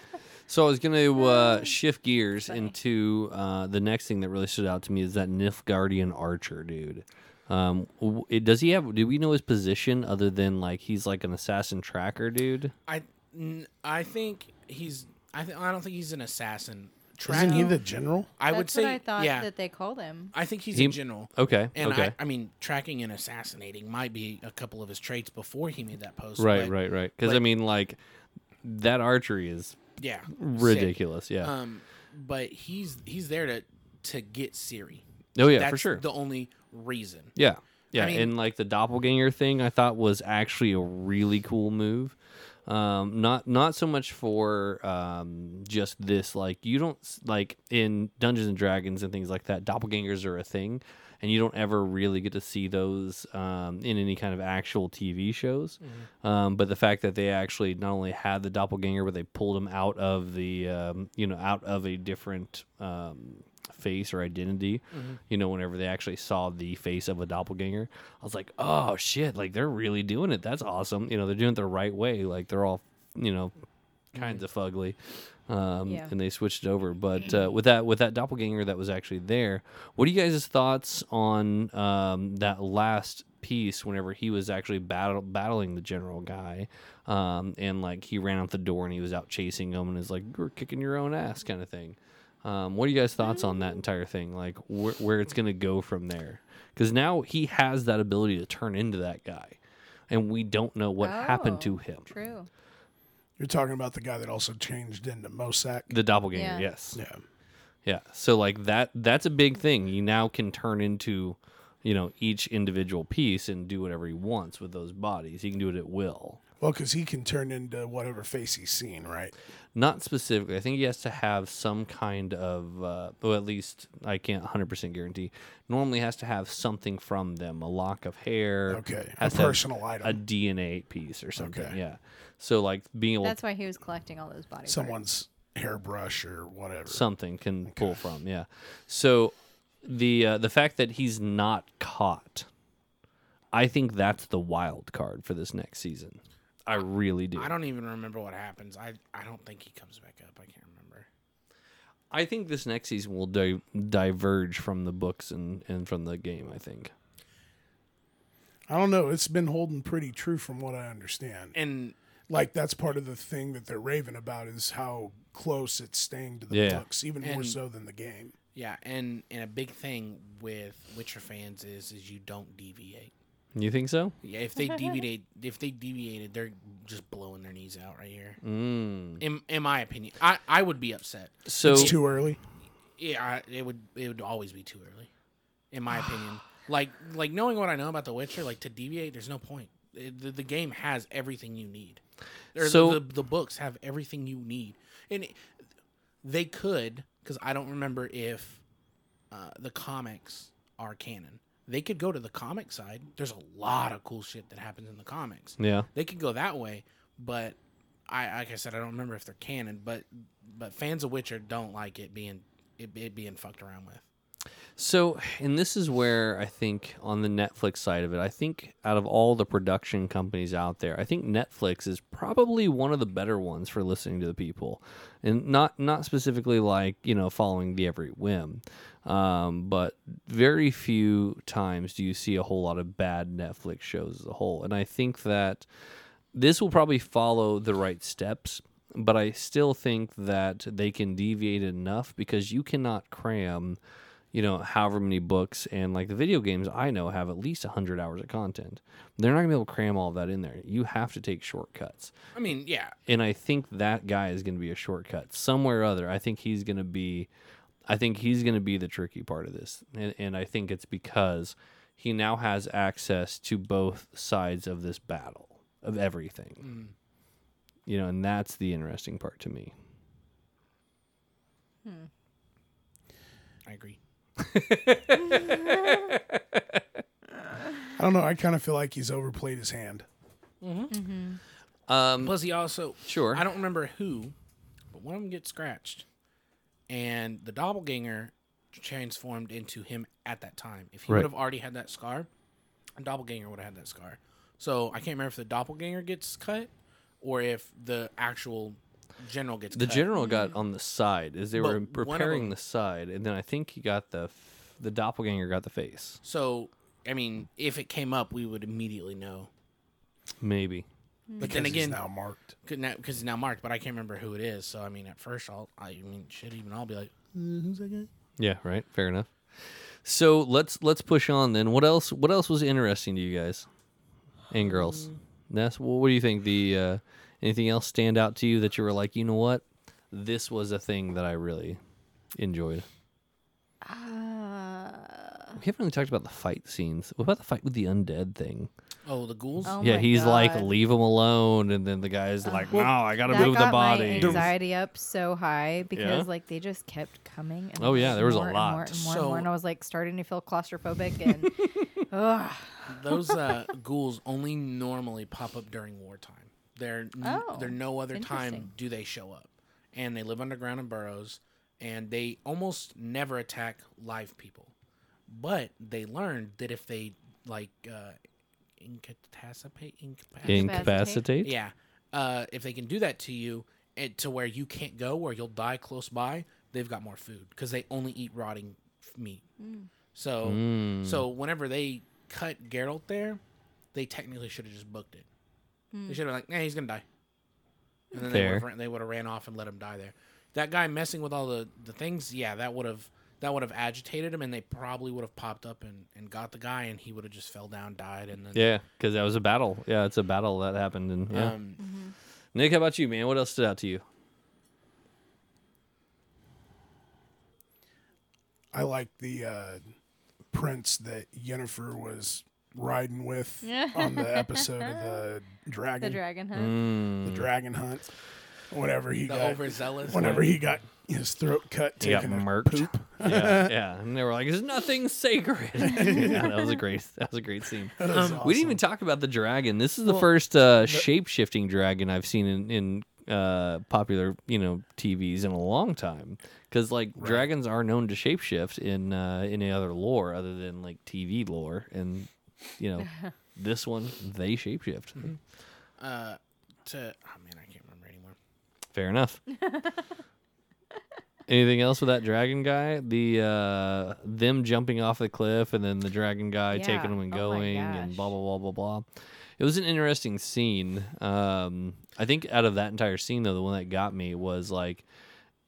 Speaker 1: so I was going to uh, shift gears into uh, the next thing that really stood out to me is that Nilfgaardian archer dude. Um, w- it, does he have? Do we know his position other than like he's like an assassin tracker dude?
Speaker 3: I n- I think he's I th- I don't think he's an assassin.
Speaker 2: Isn't he
Speaker 3: Track-
Speaker 2: the general?
Speaker 3: I would
Speaker 4: That's
Speaker 3: say
Speaker 4: what I thought
Speaker 3: yeah.
Speaker 4: that they called him.
Speaker 3: I think he's
Speaker 1: He-
Speaker 3: a general.
Speaker 1: Okay.
Speaker 3: And
Speaker 1: okay.
Speaker 3: I, I mean, tracking and assassinating might be a couple of his traits before he made that post.
Speaker 1: right.
Speaker 3: but
Speaker 1: Right. Right. Because I
Speaker 3: but-
Speaker 1: mean, like that archery is
Speaker 3: Yeah, sick.
Speaker 1: ridiculous. Yeah.
Speaker 3: Um, but he's he's there to to get Siri.
Speaker 1: oh yeah,
Speaker 3: That's
Speaker 1: for sure.
Speaker 3: The only reason.
Speaker 1: Yeah. Yeah.
Speaker 3: mean-
Speaker 1: and like the doppelganger thing I thought was actually a really cool move. Um, not not so much for um, just this like you don't s- like in Dungeons and Dragons and things like that doppelgangers are a thing and you don't ever really get to see those um, in any kind of actual TV shows um, but the fact that they actually not only had the doppelganger but they pulled him out of the um, you know out of a different um, face or identity you know whenever they actually saw the face of a doppelganger i was like oh shit like they're really doing it that's awesome you know they're doing it the right way like they're all you know kinds of fugly um,
Speaker 4: Mm-hmm. Yeah.
Speaker 1: and they switched it over but uh, with that with that doppelganger that was actually there what are you guys' thoughts on um, that last piece whenever he was actually battle- battling the general guy um, and like he ran out the door and he was out chasing him and is like you're kicking your own ass kind of thing um, what are you guys' thoughts on
Speaker 4: Mm.
Speaker 1: that entire thing? Like where where it's gonna go from there? Because now he has that ability to turn into that guy, and we don't know what happened to
Speaker 4: Oh,
Speaker 1: him.
Speaker 4: True.
Speaker 2: You're talking about the guy that also changed into Mosack.
Speaker 1: The doppelganger,
Speaker 4: Yeah.
Speaker 1: yes,
Speaker 2: Yeah.
Speaker 1: yeah. So like that that's a big thing. You now can turn into, you know, each individual piece and do whatever he wants with those bodies. He can do it at will.
Speaker 2: Well, because he can turn into whatever face he's seen, right?
Speaker 1: Not specifically. I think he has to have some kind of, uh, well, at least I can't 100% guarantee. Normally has to have something from them, a lock of hair.
Speaker 2: Okay, a
Speaker 1: has to have
Speaker 2: personal
Speaker 1: A
Speaker 2: item.
Speaker 1: DNA piece or something.
Speaker 2: Okay.
Speaker 1: Yeah. So, like, being able
Speaker 4: That's why he was collecting all those bodies.
Speaker 2: Someone's hairbrush or whatever.
Speaker 1: something can pull from. Yeah. So, the uh, the fact that he's not caught, I think that's the wild card for this next season. I really do.
Speaker 3: I don't even remember what happens. I I don't think he comes back up. I can't remember.
Speaker 1: I think this next season will di- diverge from the books and, and from the game. I think.
Speaker 2: I don't know. It's been holding pretty true from what I understand.
Speaker 3: And
Speaker 2: like that's part of the thing that they're raving about is how close it's staying to the
Speaker 1: Yeah.
Speaker 2: books, even more
Speaker 3: And-
Speaker 2: so than the game.
Speaker 3: yeah, and and a big thing with Witcher fans is is you don't deviate.
Speaker 1: You think so?
Speaker 3: Yeah, if they deviate, if they deviated, they're just blowing their knees out right here.
Speaker 1: Mm.
Speaker 3: In in my opinion, I I would be upset.
Speaker 1: So
Speaker 2: It's too early.
Speaker 3: Yeah, I, it would it would always be too early, in my opinion. Like like knowing what I know about The Witcher, like to deviate, there's no point. It- the, the game has everything you need. Or
Speaker 1: So-
Speaker 3: the, the books have everything you need, and it- they could because I don't remember if uh, the comics are canon. They could go to the comic side. There's a lot of cool shit that happens in the comics
Speaker 1: yeah,
Speaker 3: they could go that way, but I like I said, I don't remember if they're canon, but but fans of Witcher don't like it being it, it being fucked around with.
Speaker 1: So, and this is where I think on the Netflix side of it, I think out of all the production companies out there, I think Netflix is probably one of the better ones for listening to the people, and not not specifically like you know following the every whim, um, but very few times do you see a whole lot of bad Netflix shows as a whole, and I think that this will probably follow the right steps, but I still think that they can deviate enough because you cannot cram, you know, however many books and like the video games I know have at least 100 hours of content. They're not going to be able to cram all that in there. You have to take shortcuts.
Speaker 3: I mean, yeah,
Speaker 1: And I think that guy is going to be a shortcut somewhere or other. I think he's going to be, I think he's going to be the tricky part of this, and, and I think it's because he now has access to both sides of this battle of everything. You know, and that's the interesting part to me.
Speaker 3: I agree.
Speaker 2: I don't know. I kind of feel like he's overplayed his hand.
Speaker 1: Um,
Speaker 3: Plus, he also
Speaker 1: Sure.
Speaker 3: I don't remember who, but one of them gets scratched, and the doppelganger transformed into him at that time. If he
Speaker 1: Right.
Speaker 3: would have already had that scar, a doppelganger would have had that scar. So I can't remember if the doppelganger gets cut or if the actual general gets
Speaker 1: the
Speaker 3: cut.
Speaker 1: general got on the side as they
Speaker 3: But
Speaker 1: were
Speaker 3: one of
Speaker 1: preparing
Speaker 3: them-
Speaker 1: the side, and then I think he got the f- the doppelganger got the face,
Speaker 3: So I mean, if it came up, we would immediately know.
Speaker 1: maybe.
Speaker 4: Hmm.
Speaker 3: But then
Speaker 2: he's
Speaker 3: again,
Speaker 2: now marked.
Speaker 3: because now, 'cause it's now marked, but I can't remember who it is. So I mean, at first, I'll I mean, should even I'll be like, "Uh, who's that guy?
Speaker 1: Yeah, right. Fair enough. So let's let's push on then. What else? What else was interesting to you guys and girls?
Speaker 4: Um,
Speaker 1: That's what, what do you think? The uh, anything else stand out to you that you were like, you know what, this was a thing that I really enjoyed.
Speaker 4: Uh,
Speaker 1: We haven't really talked about the fight scenes. What about the fight with the undead thing?
Speaker 3: Oh, the ghouls.
Speaker 4: oh
Speaker 1: yeah,
Speaker 4: my
Speaker 1: he's like,
Speaker 4: God.
Speaker 1: leave him alone, and then the guy's like, no, I gotta
Speaker 4: that
Speaker 1: move the
Speaker 4: got My
Speaker 1: body.
Speaker 4: anxiety up so high because
Speaker 1: Yeah?
Speaker 4: like they just kept coming. And
Speaker 1: Oh, yeah, there was a
Speaker 4: more and
Speaker 1: lot.
Speaker 4: more and more, and more, and
Speaker 3: So-
Speaker 4: I was like starting to feel claustrophobic and ugh.
Speaker 3: Those uh, ghouls only normally pop up during wartime. They're n-
Speaker 4: Oh,
Speaker 3: they're no other time
Speaker 4: interesting.
Speaker 3: do they show up, and they live underground in burrows, and they almost never attack live people. But they learned that if they like uh, incapacitate, incapacitate,
Speaker 1: Incapacitate.
Speaker 3: yeah, uh, if they can do that to you, it, to where you can't go or you'll die close by, they've got more food because they only eat rotting f- meat. So,
Speaker 1: Mm.
Speaker 3: so whenever they cut Geralt there, they technically should have just booked it. They should have like, nah, he's gonna die, and then
Speaker 1: Fair.
Speaker 3: they would they would have ran off and let him die there. That guy messing with all the the things, yeah, that would have that would have agitated him, and they probably would have popped up and and got the guy, and he would have just fell down, died, and then
Speaker 1: Yeah, because that was a battle. Yeah, it's a battle that happened. And yeah.
Speaker 4: Uh.
Speaker 3: Um,
Speaker 1: Nick, how about you, man? What else stood out to you?
Speaker 2: I like the uh, prince that Yennefer was riding with on the episode of the dragon,
Speaker 4: the
Speaker 2: the,
Speaker 4: dragon hunt.
Speaker 1: Mm.
Speaker 2: dragon hunt. Whenever
Speaker 3: the
Speaker 2: he got,
Speaker 3: overzealous.
Speaker 2: whenever
Speaker 3: one.
Speaker 2: he got his throat cut,
Speaker 1: He got
Speaker 2: taking a
Speaker 1: murked.
Speaker 2: poop.
Speaker 1: yeah, yeah. And they were like, "There's nothing sacred." yeah, that was a great. That was a great scene. Um,
Speaker 2: That is
Speaker 1: We didn't
Speaker 2: awesome.
Speaker 1: even talk about the dragon. This is the first uh, shape shifting dragon I've seen in in uh, popular you know TVs in a long time. Because like dragons are known to shapeshift in uh, any other lore other than like TV lore, and you know this one they shapeshift.
Speaker 3: uh, to oh man, I can't remember anymore.
Speaker 1: Fair enough. Anything else with that dragon guy? The uh them jumping off the cliff and then the dragon guy
Speaker 4: Yeah.
Speaker 1: taking them and
Speaker 4: Oh my
Speaker 1: going and blah
Speaker 4: gosh.
Speaker 1: blah blah blah blah. It was an interesting scene. Um I think out of that entire scene though, the one that got me was like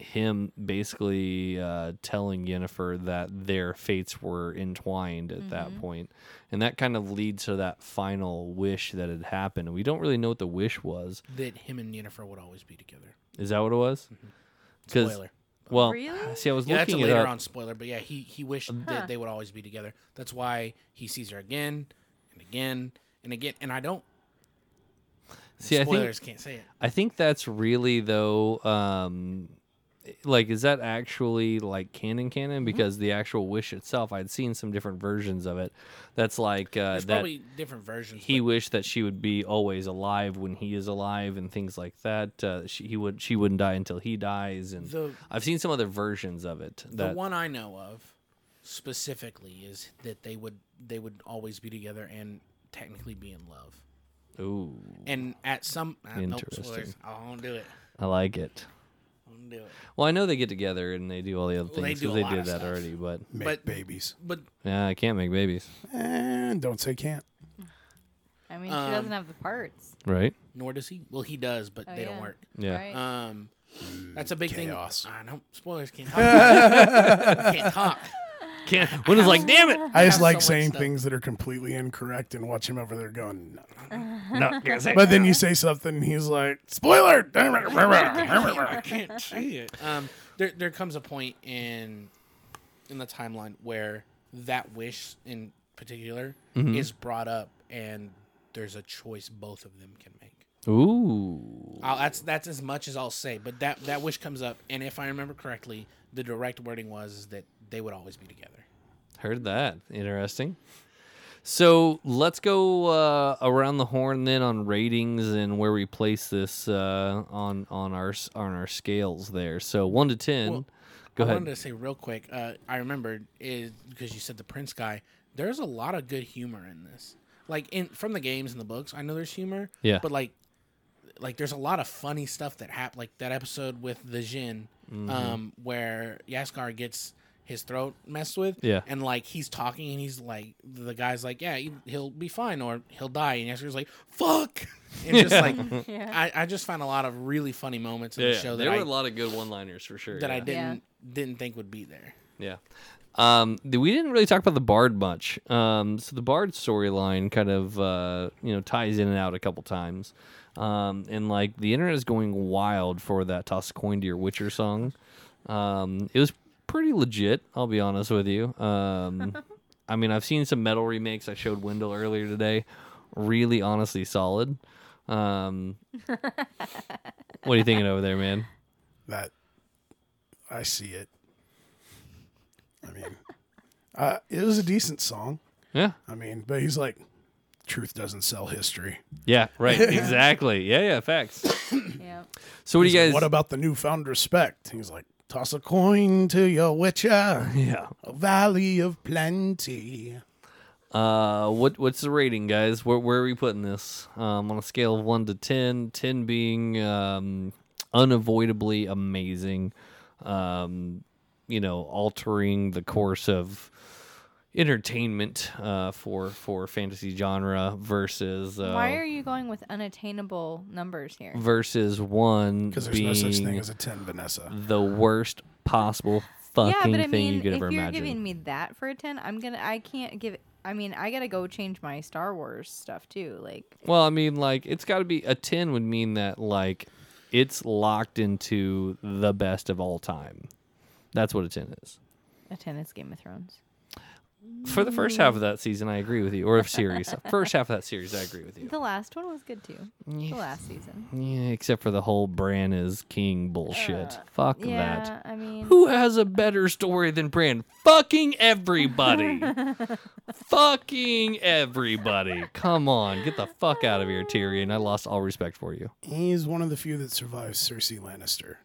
Speaker 1: him basically uh, telling Yennefer that their fates were entwined at
Speaker 4: Mm-hmm.
Speaker 1: that point. And that kind of leads to that final wish that had happened. And we don't really know what the wish was.
Speaker 3: That him and Yennefer would always be together.
Speaker 1: Is that what it was? 'Cause-
Speaker 3: Mm-hmm. Spoiler.
Speaker 1: Well,
Speaker 4: Really?
Speaker 1: see, I was
Speaker 3: Yeah, that's a
Speaker 1: looking at
Speaker 3: later
Speaker 1: it up. Um,
Speaker 3: on spoiler, but yeah, he he wished that they would always be together. That's why he sees her again and again and again. And I don't
Speaker 1: See, I think
Speaker 3: spoilers can't say it.
Speaker 1: I think that's really though. Um, like, is that actually like canon
Speaker 3: Mm-hmm.
Speaker 1: canon? Because the actual wish itself, I'd seen some different versions of it. That's like uh,
Speaker 3: There's
Speaker 1: that
Speaker 3: probably different versions.
Speaker 1: he
Speaker 3: but
Speaker 1: wished that she would be always alive when he is alive and things like that. Uh, she he would she wouldn't die until he dies. And
Speaker 3: The-
Speaker 1: I've seen some other versions of it. That
Speaker 3: the one I know of specifically is that they would they would always be together and technically be in love.
Speaker 1: Ooh,
Speaker 3: And at some I don't
Speaker 1: Interesting.
Speaker 3: I won't do it.
Speaker 1: I like it.
Speaker 3: I won't do it.
Speaker 1: Well, I know they get together and they do all the other
Speaker 3: they
Speaker 1: things because
Speaker 3: do a
Speaker 1: they
Speaker 3: lot
Speaker 1: did
Speaker 3: of
Speaker 1: that
Speaker 3: stuff.
Speaker 1: already. But
Speaker 2: Make
Speaker 3: But-
Speaker 2: babies.
Speaker 3: But
Speaker 1: yeah, I can't make babies,
Speaker 2: And don't say can't.
Speaker 4: I mean, she
Speaker 3: Um,
Speaker 4: doesn't have the parts.
Speaker 1: right?
Speaker 3: nor does he. Well, he does, but
Speaker 4: Oh,
Speaker 3: they
Speaker 4: yeah.
Speaker 3: don't work.
Speaker 1: Yeah.
Speaker 4: Right?
Speaker 3: Um, that's a big
Speaker 2: chaos.
Speaker 3: thing. I don't spoilers can't talk. can't talk.
Speaker 1: Can't. When it's like, damn it,
Speaker 2: I just
Speaker 3: have
Speaker 2: like
Speaker 3: so much
Speaker 2: saying
Speaker 3: stuff.
Speaker 2: things that are completely incorrect and watch him over there going. "No."
Speaker 1: no, can't say
Speaker 2: But then you say something, and he's like, "Spoiler!"
Speaker 3: I can't say it. Um, there there comes a point in in the timeline where that wish in particular
Speaker 1: Mm-hmm.
Speaker 3: is brought up, and there's a choice both of them can make.
Speaker 1: it. Ooh,
Speaker 3: I'll, that's that's as much as I'll say. But that that wish comes up, and if I remember correctly, the direct wording was that they would always be together.
Speaker 1: heard that. Interesting. So let's go uh, around the horn then on ratings and where we place this uh, on on our s- on our scales there. So one to ten.
Speaker 3: Well,
Speaker 1: go
Speaker 3: I
Speaker 1: ahead.
Speaker 3: wanted to say real quick. Uh, I remembered is because you said the Prince guy. There's a lot of good humor in this. Like in from the games and the books, I know there's humor.
Speaker 1: Yeah.
Speaker 3: But like, like there's a lot of funny stuff that happened. Like that episode with the Jin,
Speaker 1: Mm-hmm.
Speaker 3: um, where Yaskar gets his throat messed with.
Speaker 1: Yeah.
Speaker 3: And like he's talking and he's like, the guy's like, yeah, he- he'll be fine or he'll die. And Yaskar's like, fuck. And just like,
Speaker 4: Yeah.
Speaker 3: I, I just found a lot of really funny moments in the show that
Speaker 1: there
Speaker 3: I,
Speaker 1: were a lot of good one-liners for sure.
Speaker 3: that I
Speaker 1: yeah.
Speaker 3: didn't didn't think would be there.
Speaker 1: Yeah. Um, th- we didn't really talk about the Bard much. Um, so the Bard storyline kind of uh, you know ties in and out a couple times, um, and like the internet is going wild for that "Toss a Coin to Your Witcher" song. Um, it was pretty legit. I'll be honest with you. Um, I mean, I've seen some metal remakes. I showed Wendell earlier today. Really, honestly, solid. Um, what are you thinking over there, man?
Speaker 2: That I see it. I mean, uh, it was a decent song.
Speaker 1: Yeah.
Speaker 2: I mean, but he's like, "Truth doesn't sell history."
Speaker 1: Yeah. Right. Exactly. Yeah. Yeah. Facts.
Speaker 4: yeah.
Speaker 1: So what do you
Speaker 2: He's like,
Speaker 1: guys?
Speaker 2: what about the newfound respect? He's like, "Toss a coin to your witcher,
Speaker 1: yeah.
Speaker 2: a valley of plenty."
Speaker 1: Uh, what what's the rating, guys? Where where are we putting this? Um, on a scale of one to 10, 10 being um unavoidably amazing, um, you know, altering the course of entertainment uh for for fantasy genre versus uh
Speaker 4: Why are you going with unattainable numbers here?
Speaker 1: versus one
Speaker 2: Because there's
Speaker 1: being
Speaker 2: no such thing as a ten, Vanessa.
Speaker 1: the worst possible fucking
Speaker 4: yeah, but I
Speaker 1: thing
Speaker 4: mean,
Speaker 1: you could
Speaker 4: if
Speaker 1: ever
Speaker 4: you're
Speaker 1: imagine.
Speaker 4: giving me that for a ten, I'm gonna. I can't give. I mean, I gotta go change my Star Wars stuff too. Like,
Speaker 1: Well, I mean, like it's got to be a ten would mean that like it's locked into the best of all time. That's what a ten is
Speaker 4: a ten is Game of Thrones.
Speaker 1: for the first half of that season. I agree with you, or if series first half of that series, I agree with you.
Speaker 4: The last one was good too. The last season.
Speaker 1: Yeah, except for the whole Bran is king bullshit. Fuck
Speaker 4: yeah,
Speaker 1: that.
Speaker 4: I mean,
Speaker 1: Who has a better story than Bran? Fucking everybody. Fucking everybody. Come on, get the fuck out of here, Tyrion. I lost all respect for you.
Speaker 2: He's one of the few that survives Cersei Lannister.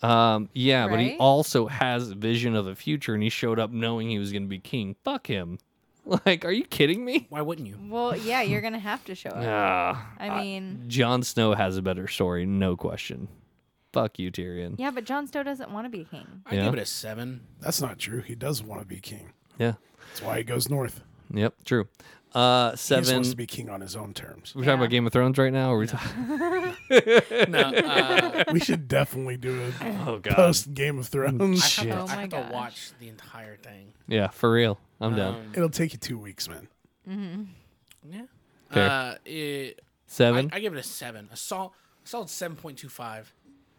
Speaker 1: Um, yeah, but he
Speaker 4: Right?
Speaker 1: also has vision of the future, and he showed up knowing he was going to be king. Fuck him! Like, are you kidding me?
Speaker 3: Why wouldn't you?
Speaker 4: well, yeah, you're gonna have to show up.
Speaker 1: Ah,
Speaker 4: I mean,
Speaker 1: Jon Snow has a better story, no question. Fuck you, Tyrion.
Speaker 4: yeah, but Jon Snow doesn't want to be king.
Speaker 3: I
Speaker 1: Yeah.
Speaker 3: give it a seven.
Speaker 2: That's not true. He does want to be king.
Speaker 1: Yeah.
Speaker 2: That's why he goes north.
Speaker 1: Yep. True. Uh,
Speaker 2: He's
Speaker 1: seven.
Speaker 2: supposed to be king on his own terms.
Speaker 1: We're talking about Game of Thrones right now. Or we talking?
Speaker 3: No, uh,
Speaker 2: we should definitely do a
Speaker 1: Oh god.
Speaker 2: post Game of Thrones.
Speaker 3: I have,
Speaker 4: Oh
Speaker 3: to, I
Speaker 4: my
Speaker 3: have to
Speaker 4: gosh.
Speaker 3: watch the entire thing.
Speaker 1: Yeah, for real. I'm down.
Speaker 3: Um,
Speaker 2: It'll take you two weeks, man.
Speaker 3: yeah.
Speaker 1: Fair.
Speaker 3: Uh, it, I,
Speaker 1: Seven.
Speaker 3: I give it a seven. A solid, solid seven point two five.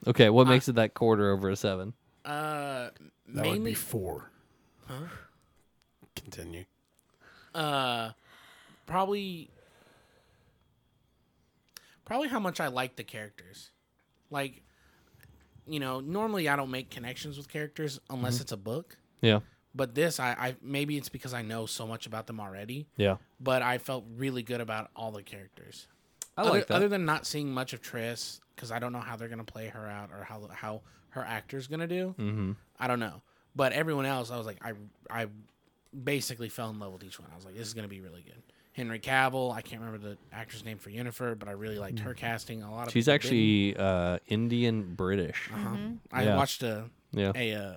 Speaker 1: okay. What makes it that quarter over a seven?
Speaker 3: Uh,
Speaker 2: That would be
Speaker 3: mainly,
Speaker 2: four. Continue.
Speaker 3: uh, probably, probably how much I like the characters. Like, you know, normally I don't make connections with characters unless
Speaker 2: Mm-hmm.
Speaker 3: it's a book.
Speaker 1: Yeah.
Speaker 3: But this, I, I maybe it's because I know so much about them already.
Speaker 1: Yeah.
Speaker 3: But I felt really good about all the characters.
Speaker 1: I
Speaker 3: other,
Speaker 1: like that.
Speaker 3: other than not seeing much of Triss because I don't know how they're gonna play her out or how how her actor's gonna do. Mm-hmm. I don't know, But everyone else, I was like, I I basically fell in love with each one. I was like, this is gonna be really good. Henry Cavill, I can't remember the actress name for Yennefer, but I really liked her casting. A lot of
Speaker 5: She's
Speaker 3: people
Speaker 5: actually uh, Indian British.
Speaker 3: didn't. Uh-huh. I
Speaker 5: Yeah.
Speaker 3: watched a
Speaker 5: Yeah.
Speaker 3: a uh,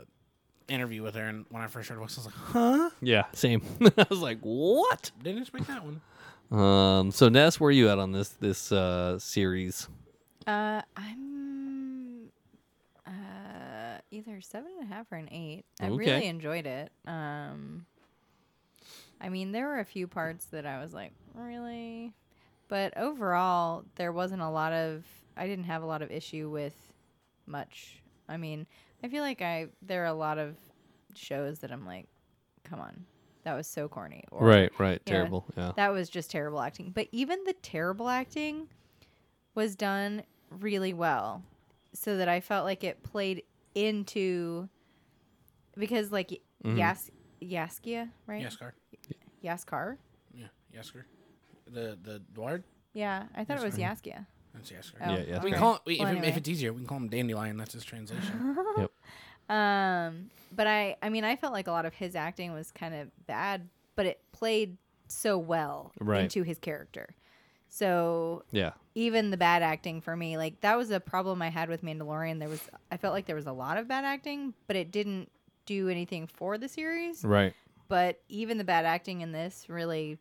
Speaker 3: interview with her, and when I first heard her voice, I was like, huh?
Speaker 5: Yeah, same. I was like, what?
Speaker 3: Didn't expect that one.
Speaker 5: Um, so Ness, where are you at on this this uh, series?
Speaker 4: Uh, I'm uh either seven and a half or an eight. I
Speaker 5: Okay.
Speaker 4: really enjoyed it. Um, I mean, there were a few parts that I was like, really, but overall, there wasn't a lot of. I didn't have a lot of issue with much. I mean, I feel like I there are a lot of shows that I'm like, come on, that was so corny. Or,
Speaker 5: right,
Speaker 4: Yeah.
Speaker 5: terrible. Yeah,
Speaker 4: that was just terrible acting. But even the terrible acting was done really well, so that I felt like it played into because like Yas Yaskia right
Speaker 3: Yaskar.
Speaker 4: Yaskar
Speaker 3: Yeah, Yaskar. The the Dward.
Speaker 4: yeah I thought it was Yaskia
Speaker 3: That's Yaskar.
Speaker 4: Oh,
Speaker 5: Yeah, Yaskar.
Speaker 3: We can
Speaker 4: okay.
Speaker 3: call we,
Speaker 4: Well,
Speaker 3: if, it,
Speaker 4: anyway.
Speaker 3: if it's easier, we can call him Dandelion. That's his translation.
Speaker 4: Um, but I, I mean, I felt like a lot of his acting was kind of bad, but it played so well
Speaker 5: Right.
Speaker 4: into his character. So
Speaker 5: yeah,
Speaker 4: even the bad acting for me, like that was a problem I had with Mandalorian. There was, I felt like there was a lot of bad acting, but it didn't do anything for the series.
Speaker 5: right.
Speaker 4: But even the bad acting in this really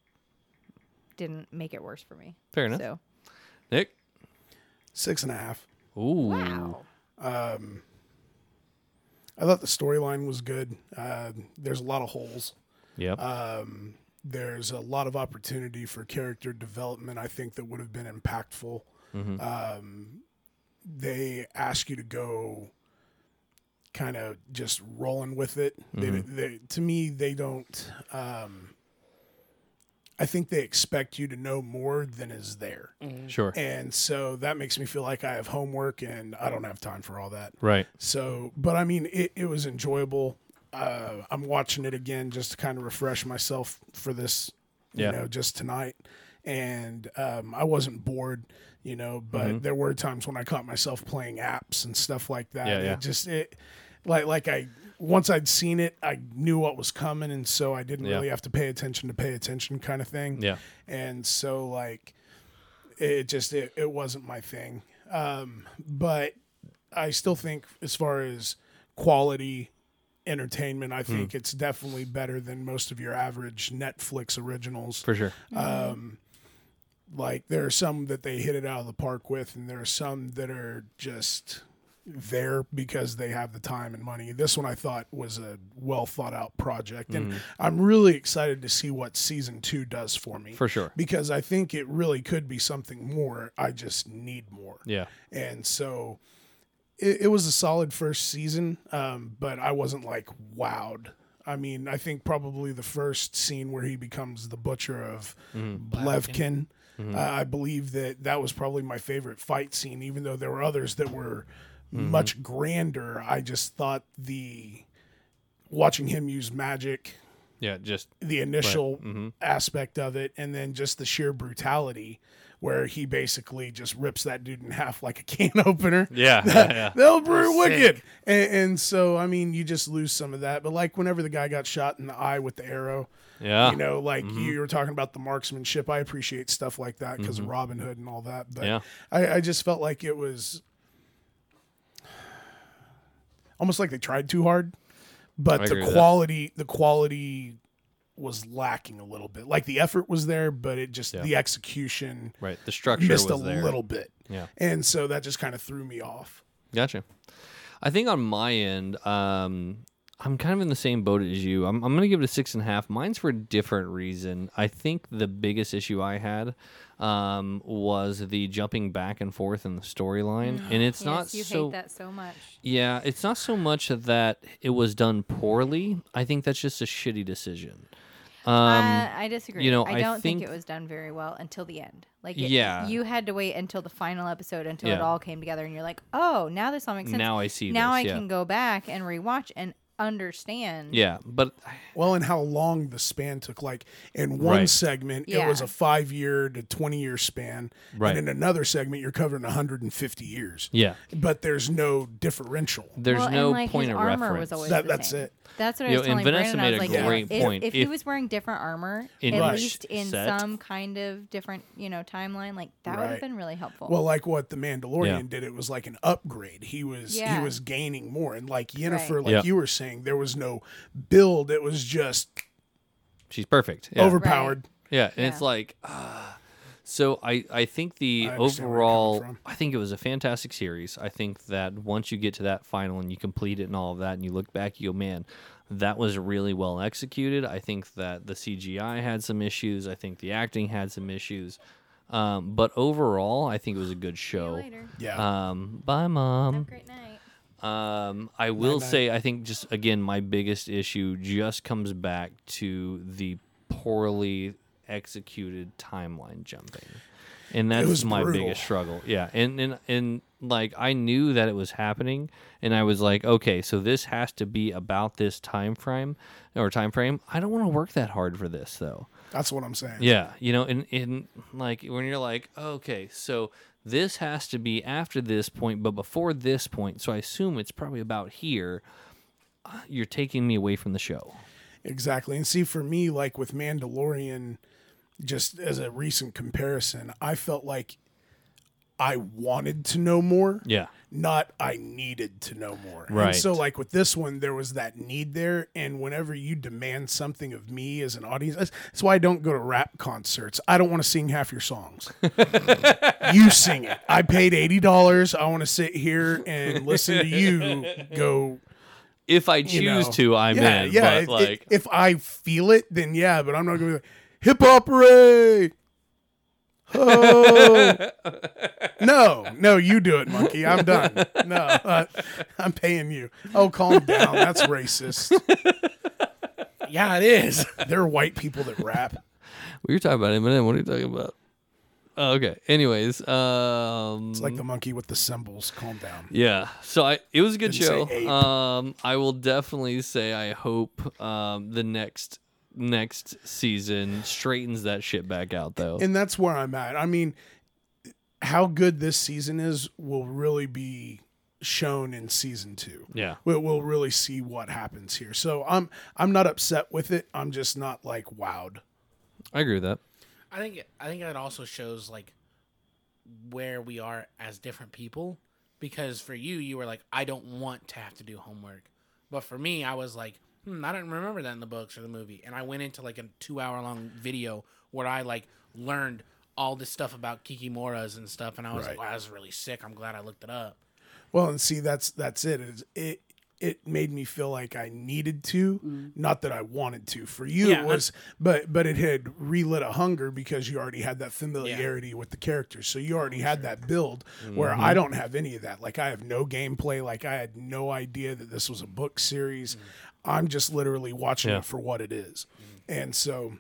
Speaker 4: didn't make it worse for me.
Speaker 5: Fair enough.
Speaker 4: So
Speaker 5: Nick.
Speaker 2: Six and a half.
Speaker 5: Ooh.
Speaker 4: wow,
Speaker 2: I thought the storyline was good. Uh, there's a lot of holes.
Speaker 5: Yep.
Speaker 2: Uh, There's a lot of opportunity for character development. I think that would have been impactful. Um, they ask you to go, kind of just rolling with it. They, they, to me, they don't. Um, I think they expect you to know more than is there.
Speaker 5: sure.
Speaker 2: And so that makes me feel like I have homework and I don't have time for all that.
Speaker 5: Right.
Speaker 2: So, but I mean, it, it was enjoyable. Uh, I'm watching it again just to kind of refresh myself for this, you
Speaker 5: Yeah.
Speaker 2: know, just tonight. And um, I wasn't bored, you know, but
Speaker 5: Mm-hmm.
Speaker 2: there were times when I caught myself playing apps and stuff like that.
Speaker 5: Yeah,
Speaker 2: It
Speaker 5: yeah.
Speaker 2: just it like like I once I'd seen it, I knew what was coming, and so I didn't
Speaker 5: Yeah.
Speaker 2: really have to pay attention to pay attention kind of thing.
Speaker 5: Yeah.
Speaker 2: And so like it just it, it wasn't my thing um but i still think as far as quality entertainment i think it's definitely better than most of your average netflix originals
Speaker 5: For sure.
Speaker 2: like there are some that they hit it out of the park with and there are some that are just there because they have the time and money this one i thought was a well thought out project and i'm really excited to see what season two does for me
Speaker 5: For sure.
Speaker 2: because i think it really could be something more i just need more
Speaker 5: Yeah.
Speaker 2: and so it, it was a solid first season, um, but I wasn't like wowed. I mean, I think probably the first scene where he becomes the butcher of Blevkin. Uh, I believe that that was probably my favorite fight scene, even though there were others that were much grander. I just thought the watching him use magic
Speaker 5: Yeah. Just.
Speaker 2: the initial aspect of it and then just the sheer brutality where he basically just rips that dude in half like a can opener.
Speaker 5: Yeah. yeah, yeah.
Speaker 2: They'll brew wicked. And, and so, I mean, you just lose some of that. But like whenever the guy got shot in the eye with the arrow,
Speaker 5: Yeah.
Speaker 2: you know, like
Speaker 5: Mm-hmm.
Speaker 2: you were talking about the marksmanship. I appreciate stuff like that because of Robin Hood and all that. But
Speaker 5: Mm-hmm. Yeah.
Speaker 2: I, I just felt like it was almost like they tried too hard, but
Speaker 5: I agree
Speaker 2: the
Speaker 5: with that.
Speaker 2: quality, the quality was lacking a little bit. Like the effort was there, but it just the execution
Speaker 5: Right. The structure
Speaker 2: missed a
Speaker 5: was there.
Speaker 2: little bit.
Speaker 5: Yeah.
Speaker 2: and so that just kind of threw me off.
Speaker 5: Gotcha. I think on my end, um, I'm kind of in the same boat as you. I'm, I'm going to give it a six and a half. Mine's for a different reason. I think the biggest issue I had um, was the jumping back and forth in the storyline, and it's
Speaker 4: yes,
Speaker 5: not
Speaker 4: you
Speaker 5: so.
Speaker 4: hate that so much.
Speaker 5: Yeah, it's not so much that it was done poorly. I think that's just a shitty decision.
Speaker 4: uh, I disagree.
Speaker 5: um, you know,
Speaker 4: I
Speaker 5: I
Speaker 4: don't think,
Speaker 5: think-
Speaker 4: it was done very well until the end. Like, it,
Speaker 5: Yeah.
Speaker 4: you had to wait until the final episode until it
Speaker 5: Yeah.
Speaker 4: all came together, and you're like, oh, now this all makes sense.
Speaker 5: Now I see
Speaker 4: Now
Speaker 5: this,
Speaker 4: I
Speaker 5: yeah.
Speaker 4: can go back and rewatch, and understand.
Speaker 1: Yeah, but
Speaker 2: Well, and how long the span took. Like in one
Speaker 1: Right.
Speaker 2: segment, it
Speaker 4: Yeah.
Speaker 2: was a five year to 20 year span.
Speaker 1: Right.
Speaker 2: And in another segment, you're covering 150 years.
Speaker 1: yeah,
Speaker 2: But there's no differential.
Speaker 1: there's
Speaker 4: Well, and,
Speaker 1: no
Speaker 4: like,
Speaker 1: point
Speaker 4: his
Speaker 1: of
Speaker 4: armor
Speaker 1: reference.
Speaker 4: Was always
Speaker 2: That-
Speaker 4: the
Speaker 2: that's
Speaker 4: same.
Speaker 2: it.
Speaker 4: That's what
Speaker 1: You
Speaker 4: I was
Speaker 1: know, and
Speaker 4: telling Brandon.
Speaker 1: Vanessa
Speaker 4: I was
Speaker 1: made a
Speaker 4: like,
Speaker 1: great
Speaker 4: if,
Speaker 1: point.
Speaker 4: If, he
Speaker 1: If-
Speaker 4: was wearing different armor,
Speaker 1: In
Speaker 4: at
Speaker 2: Rush
Speaker 4: least in
Speaker 1: set.
Speaker 4: some kind of different, you know, timeline, like that would
Speaker 2: Right.
Speaker 4: have been really helpful.
Speaker 2: Well, like what the Mandalorian
Speaker 1: Yeah.
Speaker 2: did, it was like an upgrade. He was
Speaker 4: Yeah.
Speaker 2: he was gaining more, and like Yennefer,
Speaker 4: Right.
Speaker 2: like
Speaker 1: Yeah.
Speaker 2: you were saying, there was no build. It was just
Speaker 1: she's perfect. Yeah.
Speaker 2: overpowered.
Speaker 1: Yeah, and it's
Speaker 4: Yeah.
Speaker 1: like, uh, so I I think the
Speaker 2: I understand where you're coming
Speaker 1: overall,
Speaker 2: from.
Speaker 1: I think it was a fantastic series. I think that once you get to that final and you complete it and all of that, and you look back, you go, man, that was really well executed. I think that the CGI had some issues. I think the acting had some issues. Um, but overall, I think it was a good show.
Speaker 4: Later.
Speaker 2: Yeah,
Speaker 1: Um, bye, mom.
Speaker 4: Have a great night.
Speaker 1: Um, I will say, I think just again, my biggest issue just comes back to the poorly executed timeline jumping, and that's
Speaker 2: was
Speaker 1: my
Speaker 2: brutal.
Speaker 1: biggest struggle. Yeah, and and and like I knew that it was happening, and I was like, okay, so this has to be about this time frame or time frame. I don't want to work that hard for this though.
Speaker 2: that's what I'm saying.
Speaker 1: Yeah, you know, and in like when you're like, okay, so this has to be after this point, but before this point, so I assume it's probably about here. Uh, You're taking me away from the show.
Speaker 2: Exactly. And see, for me, like with Mandalorian, just as a recent comparison, I felt like I wanted to know more,
Speaker 1: Yeah,
Speaker 2: not I needed to know more.
Speaker 1: Right.
Speaker 2: And so, like with this one, there was that need there. And whenever you demand something of me as an audience, that's, that's why I don't go to rap concerts. I don't want to sing half your songs. you sing it. I paid $80. I want to sit here and listen to you go
Speaker 1: if I choose
Speaker 2: know.
Speaker 1: to, I'm
Speaker 2: yeah,
Speaker 1: in.
Speaker 2: yeah.
Speaker 1: but
Speaker 2: if- if-
Speaker 1: like,
Speaker 2: if I feel it, then yeah. But I'm not gonna be like hip hop parade. Oh no, no, you do it, monkey. I'm done. No, uh, I'm paying you. Oh, calm down. That's racist.
Speaker 3: Yeah, it is.
Speaker 2: There are white people that rap.
Speaker 1: we were talking about him, but then what are you talking about? Oh, okay. Anyways, um,
Speaker 2: It's like the monkey with the symbols. Calm down.
Speaker 1: Yeah. So I it was a good
Speaker 2: Didn't say ape.
Speaker 1: show. Um I will definitely say I hope um the next next season straightens that shit back out though.
Speaker 2: And that's where I'm at. I mean, how good this season is will really be shown in season two.
Speaker 1: yeah.
Speaker 2: we'll, we'll really see what happens here. So I'm I'm not upset with it. I'm just not like wowed.
Speaker 1: I agree with that.
Speaker 3: I think I think that also shows like where we are as different people because for you you were like I don't want to have to do homework. But for me I was like hmm, I don't remember that in the books or the movie and I went into like a 2 hour long video where I like learned all this stuff about Kikimoras and stuff and I was
Speaker 2: Right.
Speaker 3: like wow that's really sick. I'm glad I looked it up.
Speaker 2: Well, and see that's that's it. Is it it made me feel like I needed to, not that I wanted to. For you
Speaker 3: Yeah,
Speaker 2: it was but but it had relit a hunger because you already had that familiarity with the characters. So you already had that build where I don't have any of that. Like I have no gameplay, like I had no idea that this was a book series. I'm just literally watching it for what it is. And so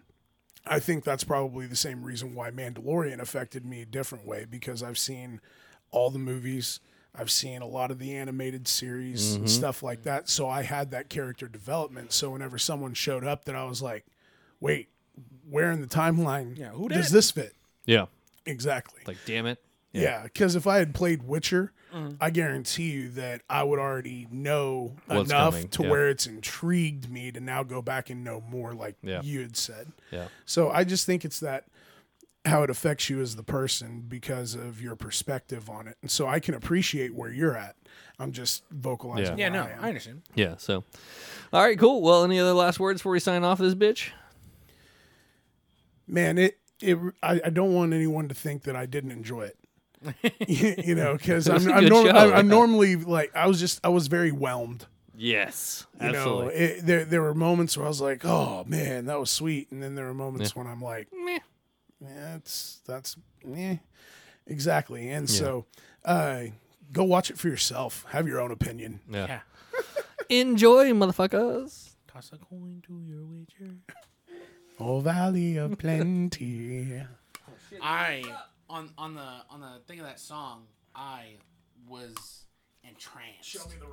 Speaker 2: I think that's probably the same reason why Mandalorian affected me a different way because I've seen all the movies, I've seen a lot of the animated series and stuff like that. So I had that character development. So whenever someone showed up, that I was like, wait, where in the timeline
Speaker 3: Yeah, who
Speaker 2: does
Speaker 3: dat?
Speaker 2: this fit?
Speaker 1: Yeah.
Speaker 2: Exactly.
Speaker 1: Like damn it.
Speaker 2: yeah, because if I had played Witcher,
Speaker 3: Mm-hmm.
Speaker 2: I guarantee you that I would already know
Speaker 1: What's
Speaker 2: enough
Speaker 1: coming,
Speaker 2: to
Speaker 1: yeah.
Speaker 2: where it's intrigued me to now go back and know more, like
Speaker 1: Yeah.
Speaker 2: you had said.
Speaker 1: Yeah.
Speaker 2: So I just think it's that how it affects you as the person because of your perspective on it. And so I can appreciate where you're at. I'm just vocalizing.
Speaker 3: Yeah,
Speaker 2: where
Speaker 3: no,
Speaker 2: I am.
Speaker 3: I understand.
Speaker 1: Yeah. So all right, cool. Well, any other last words before we sign off this bitch?
Speaker 2: man, it it. I, I don't want anyone to think that I didn't enjoy it. you know, because
Speaker 1: It was
Speaker 2: I'm
Speaker 1: a
Speaker 2: I'm,
Speaker 1: good
Speaker 2: norm-
Speaker 1: show,
Speaker 2: I'm,
Speaker 1: yeah.
Speaker 2: I'm normally like I was just I was very whelmed.
Speaker 1: Yes.
Speaker 2: You
Speaker 1: Absolutely.
Speaker 2: know, it, there there were moments where I was like, oh man, that was sweet, and then there were moments when I'm like,
Speaker 1: Meh.
Speaker 2: that's that's yeah, exactly. And so, uh, go watch it for yourself. Have your own opinion.
Speaker 1: yeah.
Speaker 3: Yeah.
Speaker 1: Enjoy, motherfuckers.
Speaker 3: Toss a coin to your wager.
Speaker 2: Oh, Valley of Plenty.
Speaker 3: I on on the on the thing of that song, I was entranced. Show me the rock.